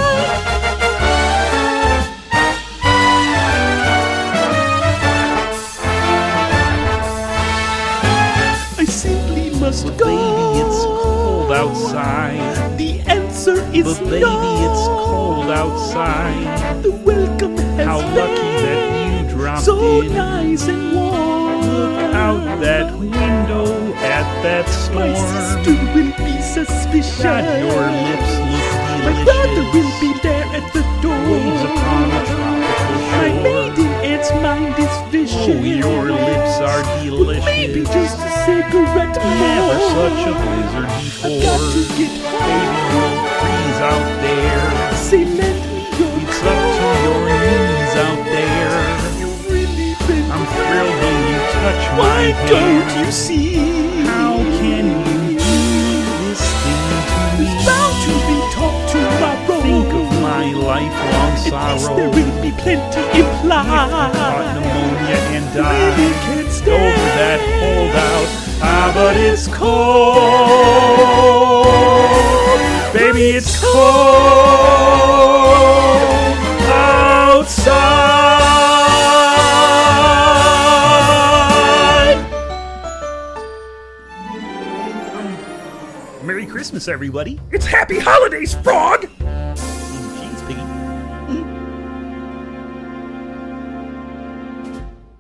M: I simply must
L: But
M: go.
L: baby, it's cold outside.
M: The answer is
L: But baby,
M: no.
L: it's cold outside.
M: The welcome has
L: How
M: been
L: lucky that you dropped
M: so
L: in.
M: nice and warm.
L: Look out that window at that
M: My sister
L: storm.
M: will be suspicious.
L: God, your lips look
M: My brother will
L: delicious.
M: be there at the door.
L: Waves upon a tropical
M: my maiden aunt's mind is vicious.
L: Oh, your lips are delicious.
M: Maybe just a cigarette
L: Never
M: more.
L: such a blizzard before.
M: Got to get
L: Baby, don't freeze out there.
M: cement me your
L: It's up to your knees out there.
M: You've really been
L: I'm thrilled when you touch my
M: Why
L: hand.
M: don't you see?
L: How can you do this thing to me?
M: There's bound to be talk tomorrow.
L: Think of my lifelong
M: At least
L: sorrow.
M: there will be plenty
L: Got
M: implied.
L: pneumonia and
M: Really
L: die.
M: can't
L: Over
M: stand
L: that holdout. Ah, but it's cold. Baby, it's cold outside. Merry Christmas, everybody. It's happy holidays, frog!